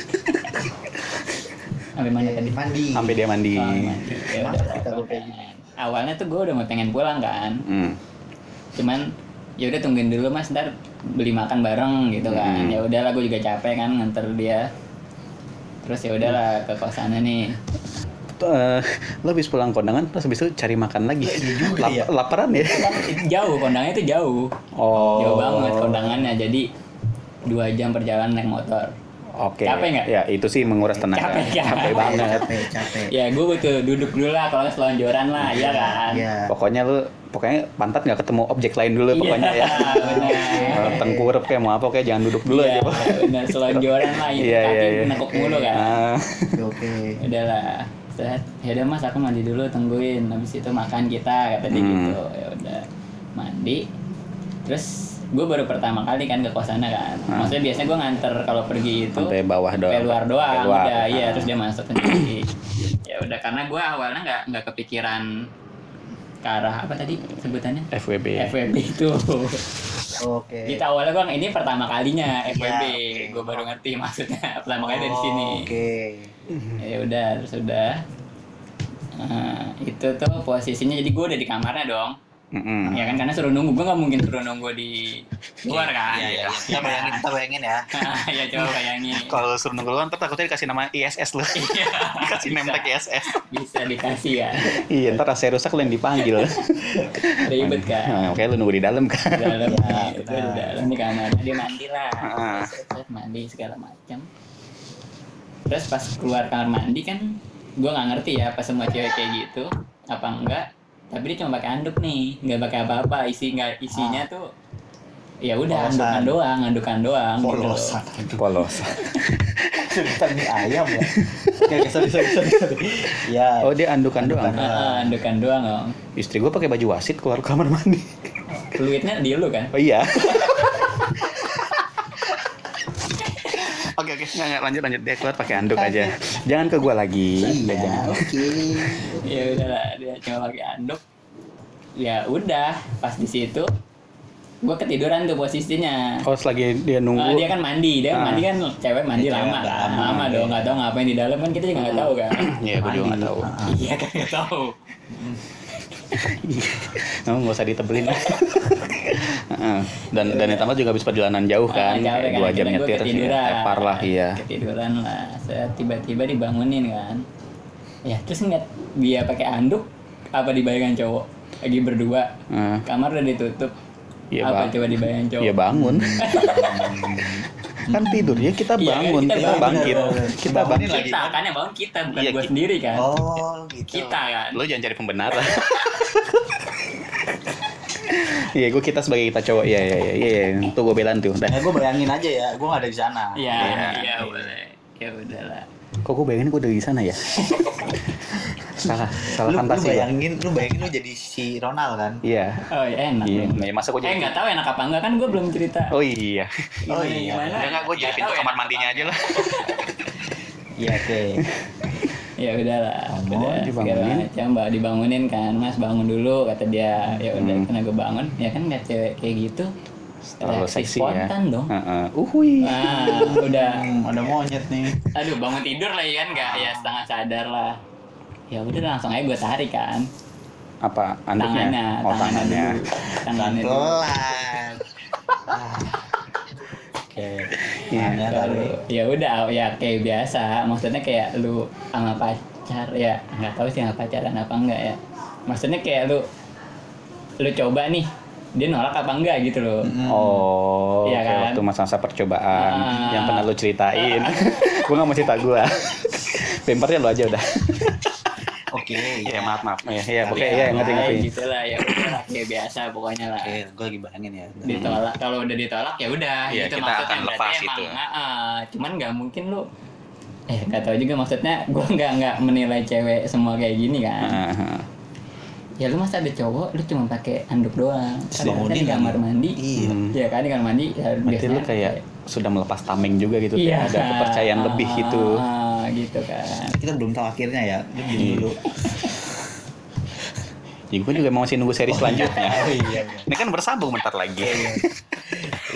Sampai mana tadi?
mandi
Sampai dia mandi.
Oh, mandi. Ya udah,
Masa Iya. kita
gua
gua kayak gini?
pengen. Awalnya tuh gue udah mau pengen pulang kan,
Hmm.
cuman ya udah tungguin dulu mas ntar beli makan bareng gitu kan
Hmm.
ya udahlah gue juga capek kan nganter dia terus ya udahlah ke kosannya nih
Eh, lo habis pulang kondangan terus habis itu cari makan lagi. Lap-
ya.
Laparan Iya ya?
Kan itu jauh kondangannya itu jauh
Oh.
jauh banget kondangannya jadi dua jam perjalanan naik motor
Oke.
Capek nggak?
Ya, itu sih menguras tenaga.
Capek nggak?
banget.
capek capek
ya gue butuh duduk dulu lah kalau nggak selonjoran lah
Iya.
ya kan
ya
Pokoknya lu pokoknya pantat nggak ketemu objek lain
Iya,
dulu pokoknya ya.
benar
Eh, Tengkurep kayak mau apa kayak jangan duduk dulu
Iya,
aja. Pak.
benar selonjoran lah itu
Iya,
kaki
iya, iya.
nekuk mulu kan
Ah.
oke Iya, oke
udah lah set ya udah mas aku mandi dulu tungguin habis itu makan kita kata dia
Hmm.
gitu ya udah mandi terus gue baru pertama kali kan ke kosannya kan
Hmm.
maksudnya biasanya gue nganter kalau pergi itu
Sampai bawah doang.
sampai luar doang
Sampai luar.
udah iya
Ah.
terus dia masuk sendiri ya udah karena gue awalnya nggak nggak kepikiran ke arah apa tadi sebutannya
FWB.
FWB itu
Iya. oke Iya,
Kita awalnya bang, ini pertama kalinya FWB,
oke.
gue baru ngerti maksudnya pertama kali dari sini.
Oh, oke
Ya udah, terus udah. Eh, itu tuh posisinya jadi gue udah di kamarnya dong.
Mm-mm.
Hmm.
Ya kan karena suruh nunggu, gue nggak mungkin suruh nunggu di luar kan.
Iya, iya. kita bayangin kita bayangin ya
ya coba bayangin.
Kalau suruh nunggu luar, ntar takutnya dikasih nama ISS lu.
Iya.
dikasih name tag ISS.
Bisa dikasih ya,
iya, ntar rasanya rusak lu yang dipanggil.
Iya. ribet kan.
Nah, makanya lu nunggu di dalam kan.
Di Dalam,
Iya,
itu
benar.
di dalam di kamarnya dia mandi lah.
Ah.
Set, set, mandi segala macam. Terus pas keluar kamar mandi kan gue nggak ngerti ya apa semua cewek kayak gitu apa enggak tapi dia cuma pakai handuk nih nggak pakai apa-apa isi nggak isinya tuh ya udah
Polosan.
handukan doang handukan doang gitu.
polosan
Polos.
cerita mie ayam ya nggak sorry sorry sorry sorry ya
Oh, dia andukan doang.
Ah, handukan doang om
Istri gua pakai baju wasit keluar kamar mandi.
fluidnya di lu kan
Oh iya. Oke oke, nggak nggak, lanjut lanjut dia keluar pakai handuk aja. Jangan ke gua lagi. Udah,
iya
jangan.
oke
ya udah lah dia cuma pakai handuk ya udah pas di situ gue ketiduran tuh posisinya
Oh, selagi dia
Ah,
nunggu.
dia kan mandi, dia
Ah.
mandi kan cewek mandi
Iya,
lama
cewek
kan,
lama.
lama dong, nggak tahu ngapain di dalam kan kita juga nggak tahu kan.
Iya, gua juga nggak tahu.
Iya kan nggak tahu.
Kamu nggak usah ditebelin. Heeh. dan dan yang tambah juga habis perjalanan jauh
Ah,
kan, kayak
capek kan,
dua jam
akhirnya gua
nyetir,
ketiduran. Ah,
ya, tepar lah iya.
Ketiduran lah, saya tiba-tiba dibangunin kan. Ya terus ngeliat dia pakai anduk, apa dibayangkan cowok lagi berdua,
Heeh.
kamar udah ditutup.
Iya, Bang.
apa coba dibayangkan cowok?
ya bangun. kan tidurnya kita
Hmm. Iya,
bangun
kita
kita
bangun.
bangkit kita
Bangunin
bangkit
kita kan yang bangun kita bukan
Iya,
gua
ki-
sendiri kan
Oh, gitu.
kita kan
lo jangan cari pembenaran Iya, gue kita sebagai kita cowok, iya, iya, iya, iya, iya, tuh gue belan tuh, dah.
Ya gue bayangin aja ya, gue gak ada di sana.
Iya, iya boleh. Ya udahlah.
Kok gue bayangin gue udah di sana ya? salah, salah
Lu, lu
fantasi gue.
bayangin, lu bayangin lu jadi si Ronald kan?
Iya,
Oh, ya enak.
iya,
dong.
Nah, masa gue
Eh
jadi
nggak tahu enak apa enggak kan gue belum cerita.
Oh iya.
Oh, iya.
Enggak enggak gue jadi
Nggak
pintu
tahu
kamar
enak
mandinya
apa
aja lah.
Iya, oke.
Ya udahlah.
Bangun,
udah,
dibangunin.
segala macam, mbak dibangunin kan, Mas bangun dulu kata dia. Ya udah,
Hmm.
karena gue bangun, ya kan nggak cewek kayak gitu.
Terlalu
reaksi
seksi ya.
spontan dong.
Heeh. Uhuy.
Nah, udah.
Hmm, ada monyet nih.
Aduh, bangun tidur lah ya kan nggak ya setengah sadar lah. Ya udah langsung aja gue tarik kan.
Apa anduknya?
Tangannya,
oh,
tangannya,
tangannya.
dulu. Tangannya dulu.
Pelan.
Oke.
Iya.
Ada
Baru,
kali.
ya udah ya kayak biasa maksudnya kayak lu sama pacar ya nggak tahu sih sama pacaran apa enggak ya maksudnya kayak lu lu coba nih dia nolak apa enggak gitu loh
Oh,
Iya
kayak
kan?
waktu masa-masa percobaan
Ah.
yang pernah lu ceritain. gue gak mau cerita gue. Pempernya lu aja udah.
Oke.
Iya, maaf, maaf. Iya, iya,
Tapi
pokoknya iya,
Ya,
ngerti, ngerti.
gitu lah ya udah lah, kayak biasa pokoknya lah
Oke, gue lagi bayangin ya.
ditolak kalau udah ditolak ya udah
Iya,
gitu
kita
maksudnya
akan
berarti
lepas
emang
itu.
ah, ah, cuman nggak mungkin lu eh nggak tahu juga maksudnya gua nggak nggak menilai cewek semua kayak gini kan
Ah, ah.
ya lu masa ada cowok lu cuma pakai anduk doang
Terus
Karena kan
bangunin
di kamar
lagi.
mandi
Iya.
Hmm.
Iya kan di kamar mandi ya,
Berarti lu kayak sudah melepas tameng juga gitu. kayak Ada
kan.
kepercayaan lebih
Ah,
gitu.
ah, gitu kan
Kita belum tahu akhirnya ya. Lu diem
Iya.
dulu.
Ah.
Ya, gue juga mau masih nunggu seri selanjutnya.
Oh iya. iya.
Ini kan bersambung bentar lagi.
iya.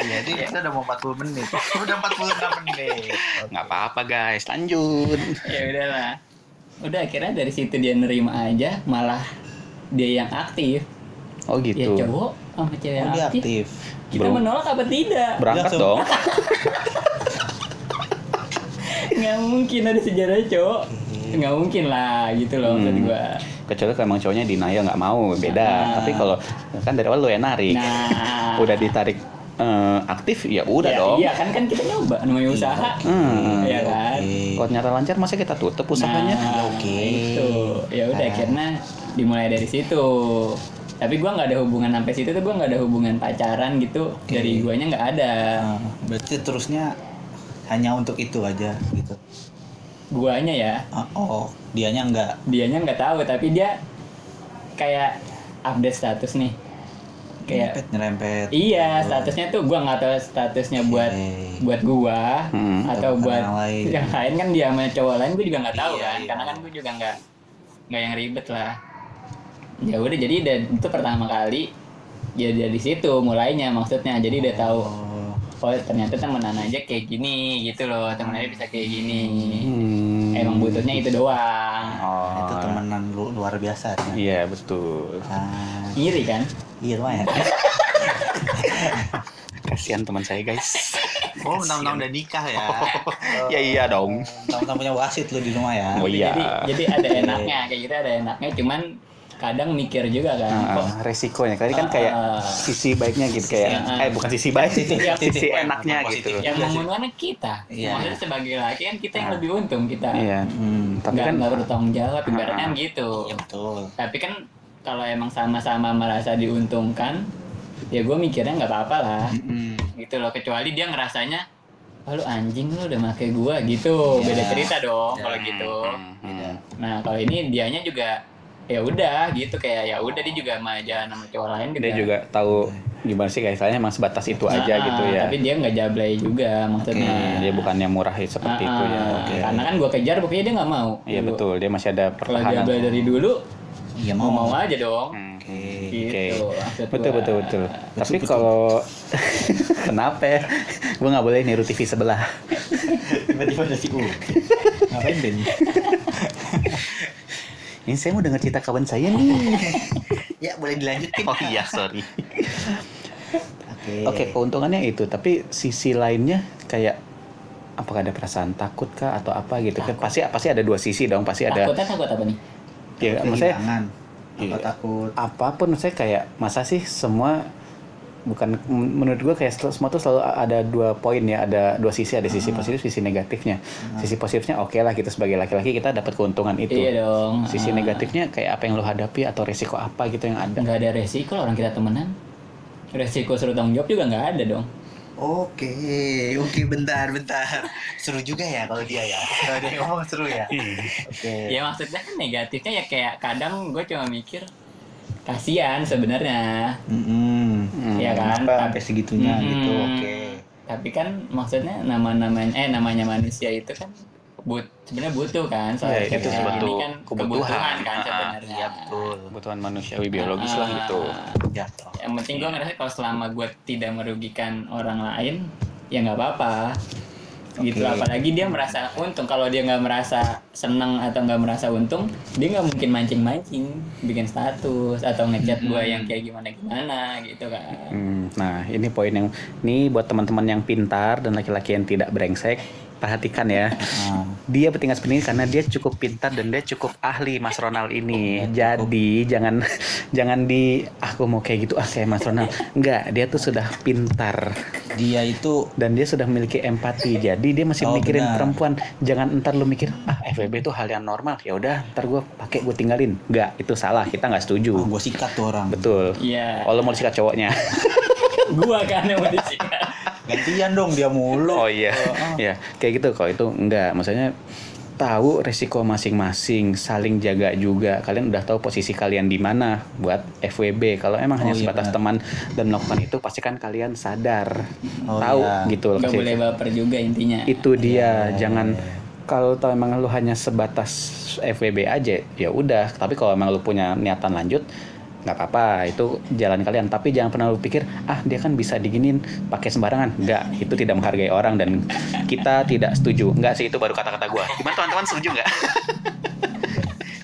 Iya, jadi kita udah mau 40 menit. Udah 46 menit.
nggak apa-apa guys, lanjut.
ya udahlah udah akhirnya dari situ dia nerima aja malah dia yang aktif
Oh
ya
gitu.
cowok sama cewek
Oh,
yang
dia
aktif.
aktif.
kita
Bro.
menolak apa tidak
Berangkat
Langsung.
dong.
nggak mungkin ada sejarah cowok
Hmm.
nggak mungkin lah gitu loh maksud
Hmm.
gua
Kecuali kalau emang cowoknya denial nggak mau, beda.
Nah.
Tapi kalau kan dari awal lu yang narik.
nah
Udah ditarik eh, aktif ya udah
ya,
dong. Iya.
iya kan kan kita nyoba namanya usaha
Hmm.
ya kan
Kalau ternyata lancar masa kita tutup usahanya?
Nah,
Oke.
itu ya udah akhirnya dimulai dari situ tapi gua nggak ada hubungan sampai situ tuh gua nggak ada hubungan pacaran gitu dari guanya nggak ada
Nah, berarti terusnya hanya untuk itu aja gitu.
guanya ya
Ah, Oh, dianya enggak.
dianya nggak tahu tapi dia kayak update status nih kayak
Nyerempet, nyerempet.
iya statusnya tuh gua nggak tahu statusnya buat
Oke.
buat gua
Hmm,
atau
Iya. atau bukan
buat
yang lain.
yang lain kan dia sama cowok lain gue juga nggak tahu
Iya,
kan
iya.
karena kan gue juga nggak nggak yang ribet lah ya udah jadi dan itu pertama kali ya dari situ mulainya maksudnya jadi udah tahu
Oh.
oh ternyata temenan aja kayak gini gitu loh temen aja bisa kayak gini
Hmm.
emang butuhnya itu doang
Oh.
Itu temenan lu, luar biasa ya.
Iya betul.
Ah,
iri kan
iya lumayan.
Kasihan teman saya guys.
Oh, mentang-mentang udah nikah ya.
ya iya dong.
Mentang-mentang punya wasit lu di rumah ya.
Oh iya.
Ah, jadi jadi ada enaknya kayak gitu ada enaknya cuman kadang mikir juga kan
Ah,
kok
ah, resikonya tadi kan kayak
Ah.
sisi baiknya gitu kayak
Ah, ah.
eh bukan sisi baik
Titik,
sisi,
titik.
enaknya
Positif.
gitu
yang
Iya sih.
menguntungkan kita
Iya.
maksudnya sebagai laki kan kita yang lebih untung kita
iya
Hmm,
tapi
nggak
kan
nggak bertanggung jawab ibaratnya
Ah.
gitu
iya betul.
tapi kan kalau emang sama-sama merasa diuntungkan ya gue mikirnya nggak apa-apa lah
Hmm.
gitu loh kecuali dia ngerasanya "Ah, lu anjing lu udah make gue
Iya.
gitu beda cerita dong
Iya.
kalau gitu
Hmm, hmm,
Beda.
hmm.
nah kalau ini dianya juga ya udah gitu kayak ya udah dia juga sama jalan sama cowok lain gitu.
dia juga tahu gimana sih guys emang sebatas itu
Nah,
aja gitu ya
tapi dia nggak jablay juga maksudnya
Hmm, dia bukannya murah ya,
Ah,
seperti itu ya
ah,
oke
karena kan gue kejar pokoknya dia nggak mau
iya
Dulu.
betul dia masih ada
kalau jablay
pertahanan
dari dulu
Iya
mau
mau
mau aja dong
Hmm.
Oke.
Oke.
gitu maksud
betul
gua.
betul betul tapi kalau kenapa ya? gue nggak boleh niru TV sebelah
Tiba-tiba ada si U. Ngapain Ben?
ini saya mau dengar cerita kawan saya nih
Ya boleh dilanjutin.
oh iya sorry
Oke.
Oke, keuntungannya itu, tapi sisi lainnya kayak apakah ada perasaan takut kah atau apa gitu kan pasti pasti ada dua sisi dong pasti Iya, ada
takutnya takut Iya. apa nih
ya maksudnya
Kehilangan. Apa
Iya.
takut?
apapun saya kayak masa sih semua bukan men- menurut gue kayak sel- semua tuh selalu a- ada dua poin ya ada dua sisi ada
Hmm.
sisi positif sisi negatifnya sisi positifnya oke lah kita sebagai laki-laki kita dapat keuntungan itu
Iya dong.
sisi
Ah.
negatifnya kayak apa yang lo hadapi atau resiko apa gitu yang ada
nggak ada resiko lah orang kita temenan resiko suruh tanggung jawab juga nggak ada dong
Oke, oke bentar, bentar. Seru juga ya kalau dia ya. Kalau dia ngomong seru ya.
Iya.
Oke.
ya maksudnya kan negatifnya ya kayak kadang gue cuma mikir kasihan sebenarnya
Mm-mm.
Hmm,
Iya kan?
Kenapa Sampai segitunya
Mm-mm.
gitu. Oke.
tapi kan maksudnya nama namanya eh namanya manusia itu kan but sebenarnya butuh kan soalnya
Iya, itu
kayak
sebatu
gini kan kebutuhan kan sebenarnya
Iya betul.
kebutuhan manusiawi biologis lah
Ah.
gitu
Jatuh.
yang penting gue ngerasa kalau selama gue tidak merugikan orang lain ya nggak apa-apa gitu
Oke.
apalagi dia merasa untung kalau dia nggak merasa seneng atau nggak merasa untung dia nggak mungkin mancing-mancing bikin status atau ngechat gue
Hmm.
yang kayak gimana gimana gitu kan
Hmm, nah ini poin yang ini buat teman-teman yang pintar dan laki-laki yang tidak brengsek perhatikan ya
Nah,
dia petinggas pendidik karena dia cukup pintar dan dia cukup ahli Mas Ronald
Oh,
ini. Jadi jangan jangan di aku mau kayak gitu ah kayak Mas Ronald. Enggak, dia tuh sudah pintar
dia itu
dan dia sudah memiliki empati. Jadi dia masih
Oh,
mikirin
benar.
perempuan. Jangan entar lu mikir ah FBB itu hal yang normal. Ya udah, ntar gue pakai gue tinggalin. Enggak, itu salah. Kita nggak
oh,
setuju.
gue sikat tuh orang.
Betul.
iya
Oh, lu mau disikat cowoknya.
gue kan yang mau disikat
Gantian dong dia mulu.
Oh iya, ya kayak gitu kalau itu enggak, maksudnya tahu resiko masing-masing, saling jaga juga. Kalian udah tahu posisi kalian di mana buat FWB. Kalau emang hanya
Oh, iya,
sebatas
benar.
teman dan melakukan itu, pastikan kalian sadar,
Oh,
tahu
iya.
gitu loh.
nggak
kasih-
boleh baper juga intinya
Itu dia,
Iya,
jangan
iya.
kalau tahu emang lu hanya sebatas FWB aja, ya udah. Tapi kalau emang lu punya niatan lanjut nggak apa-apa itu jalan kalian tapi jangan pernah lu pikir ah dia kan bisa diginin pakai sembarangan nggak itu tidak menghargai orang dan kita tidak setuju nggak sih itu baru kata-kata gua gimana teman-teman setuju nggak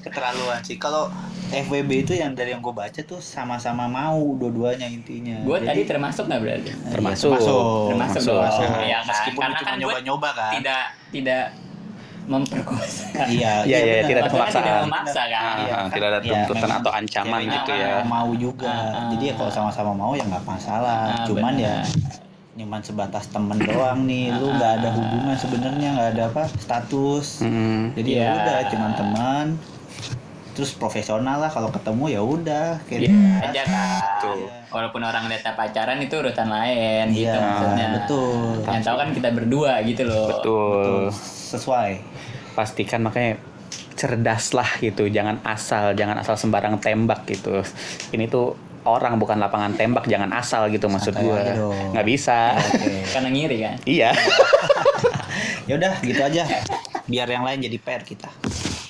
Keterlaluan sih. Kalau FWB itu yang dari yang gue baca tuh sama-sama mau dua-duanya intinya.
gue
Jadi-
tadi
eh, iya, Oh,
termasuk nggak berarti
termasuk
termasuk,
Termasuk.
dong
Termasuk.
Iya kan?
Meskipun
karena
cuma
kan gue
nyoba-nyoba kan.
tidak tidak memperkosa
Iya,
Iya,
iya, tidak
benar.
ada
Maksudnya
pemaksaan.
tidak memaksa kan
Ah,
Iya,
ah,
kan?
tidak ada
Iya,
tuntutan
memang.
atau ancaman
Iya,
gitu
memang.
ya
Kalau mau juga.
Ah,
Jadi ya kalau sama-sama mau ya nggak masalah.
Ah,
Cuman
benar.
ya cuman sebatas temen doang
Ah,
nih. Lu nggak ada hubungan sebenarnya nggak ada apa status.
Mm-mm.
Jadi
Iya.
ya udah cuman teman. Terus profesional lah kalau ketemu ya udah kayak
Iya,
biasa.
aja kan.
Betul.
Walaupun orang lihat pacaran itu urutan lain gitu
Iya,
maksudnya.
betul.
Yang tahu kan kita berdua gitu loh.
Betul.
betul
Sesuai.
pastikan makanya cerdaslah gitu jangan asal jangan asal sembarang tembak gitu ini tuh orang bukan lapangan tembak jangan asal gitu maksud
Santai
gua
aja dong.
nggak bisa
Oke.
Karena ngiri kan.
iya
ya udah gitu aja. Biar yang lain jadi PR kita.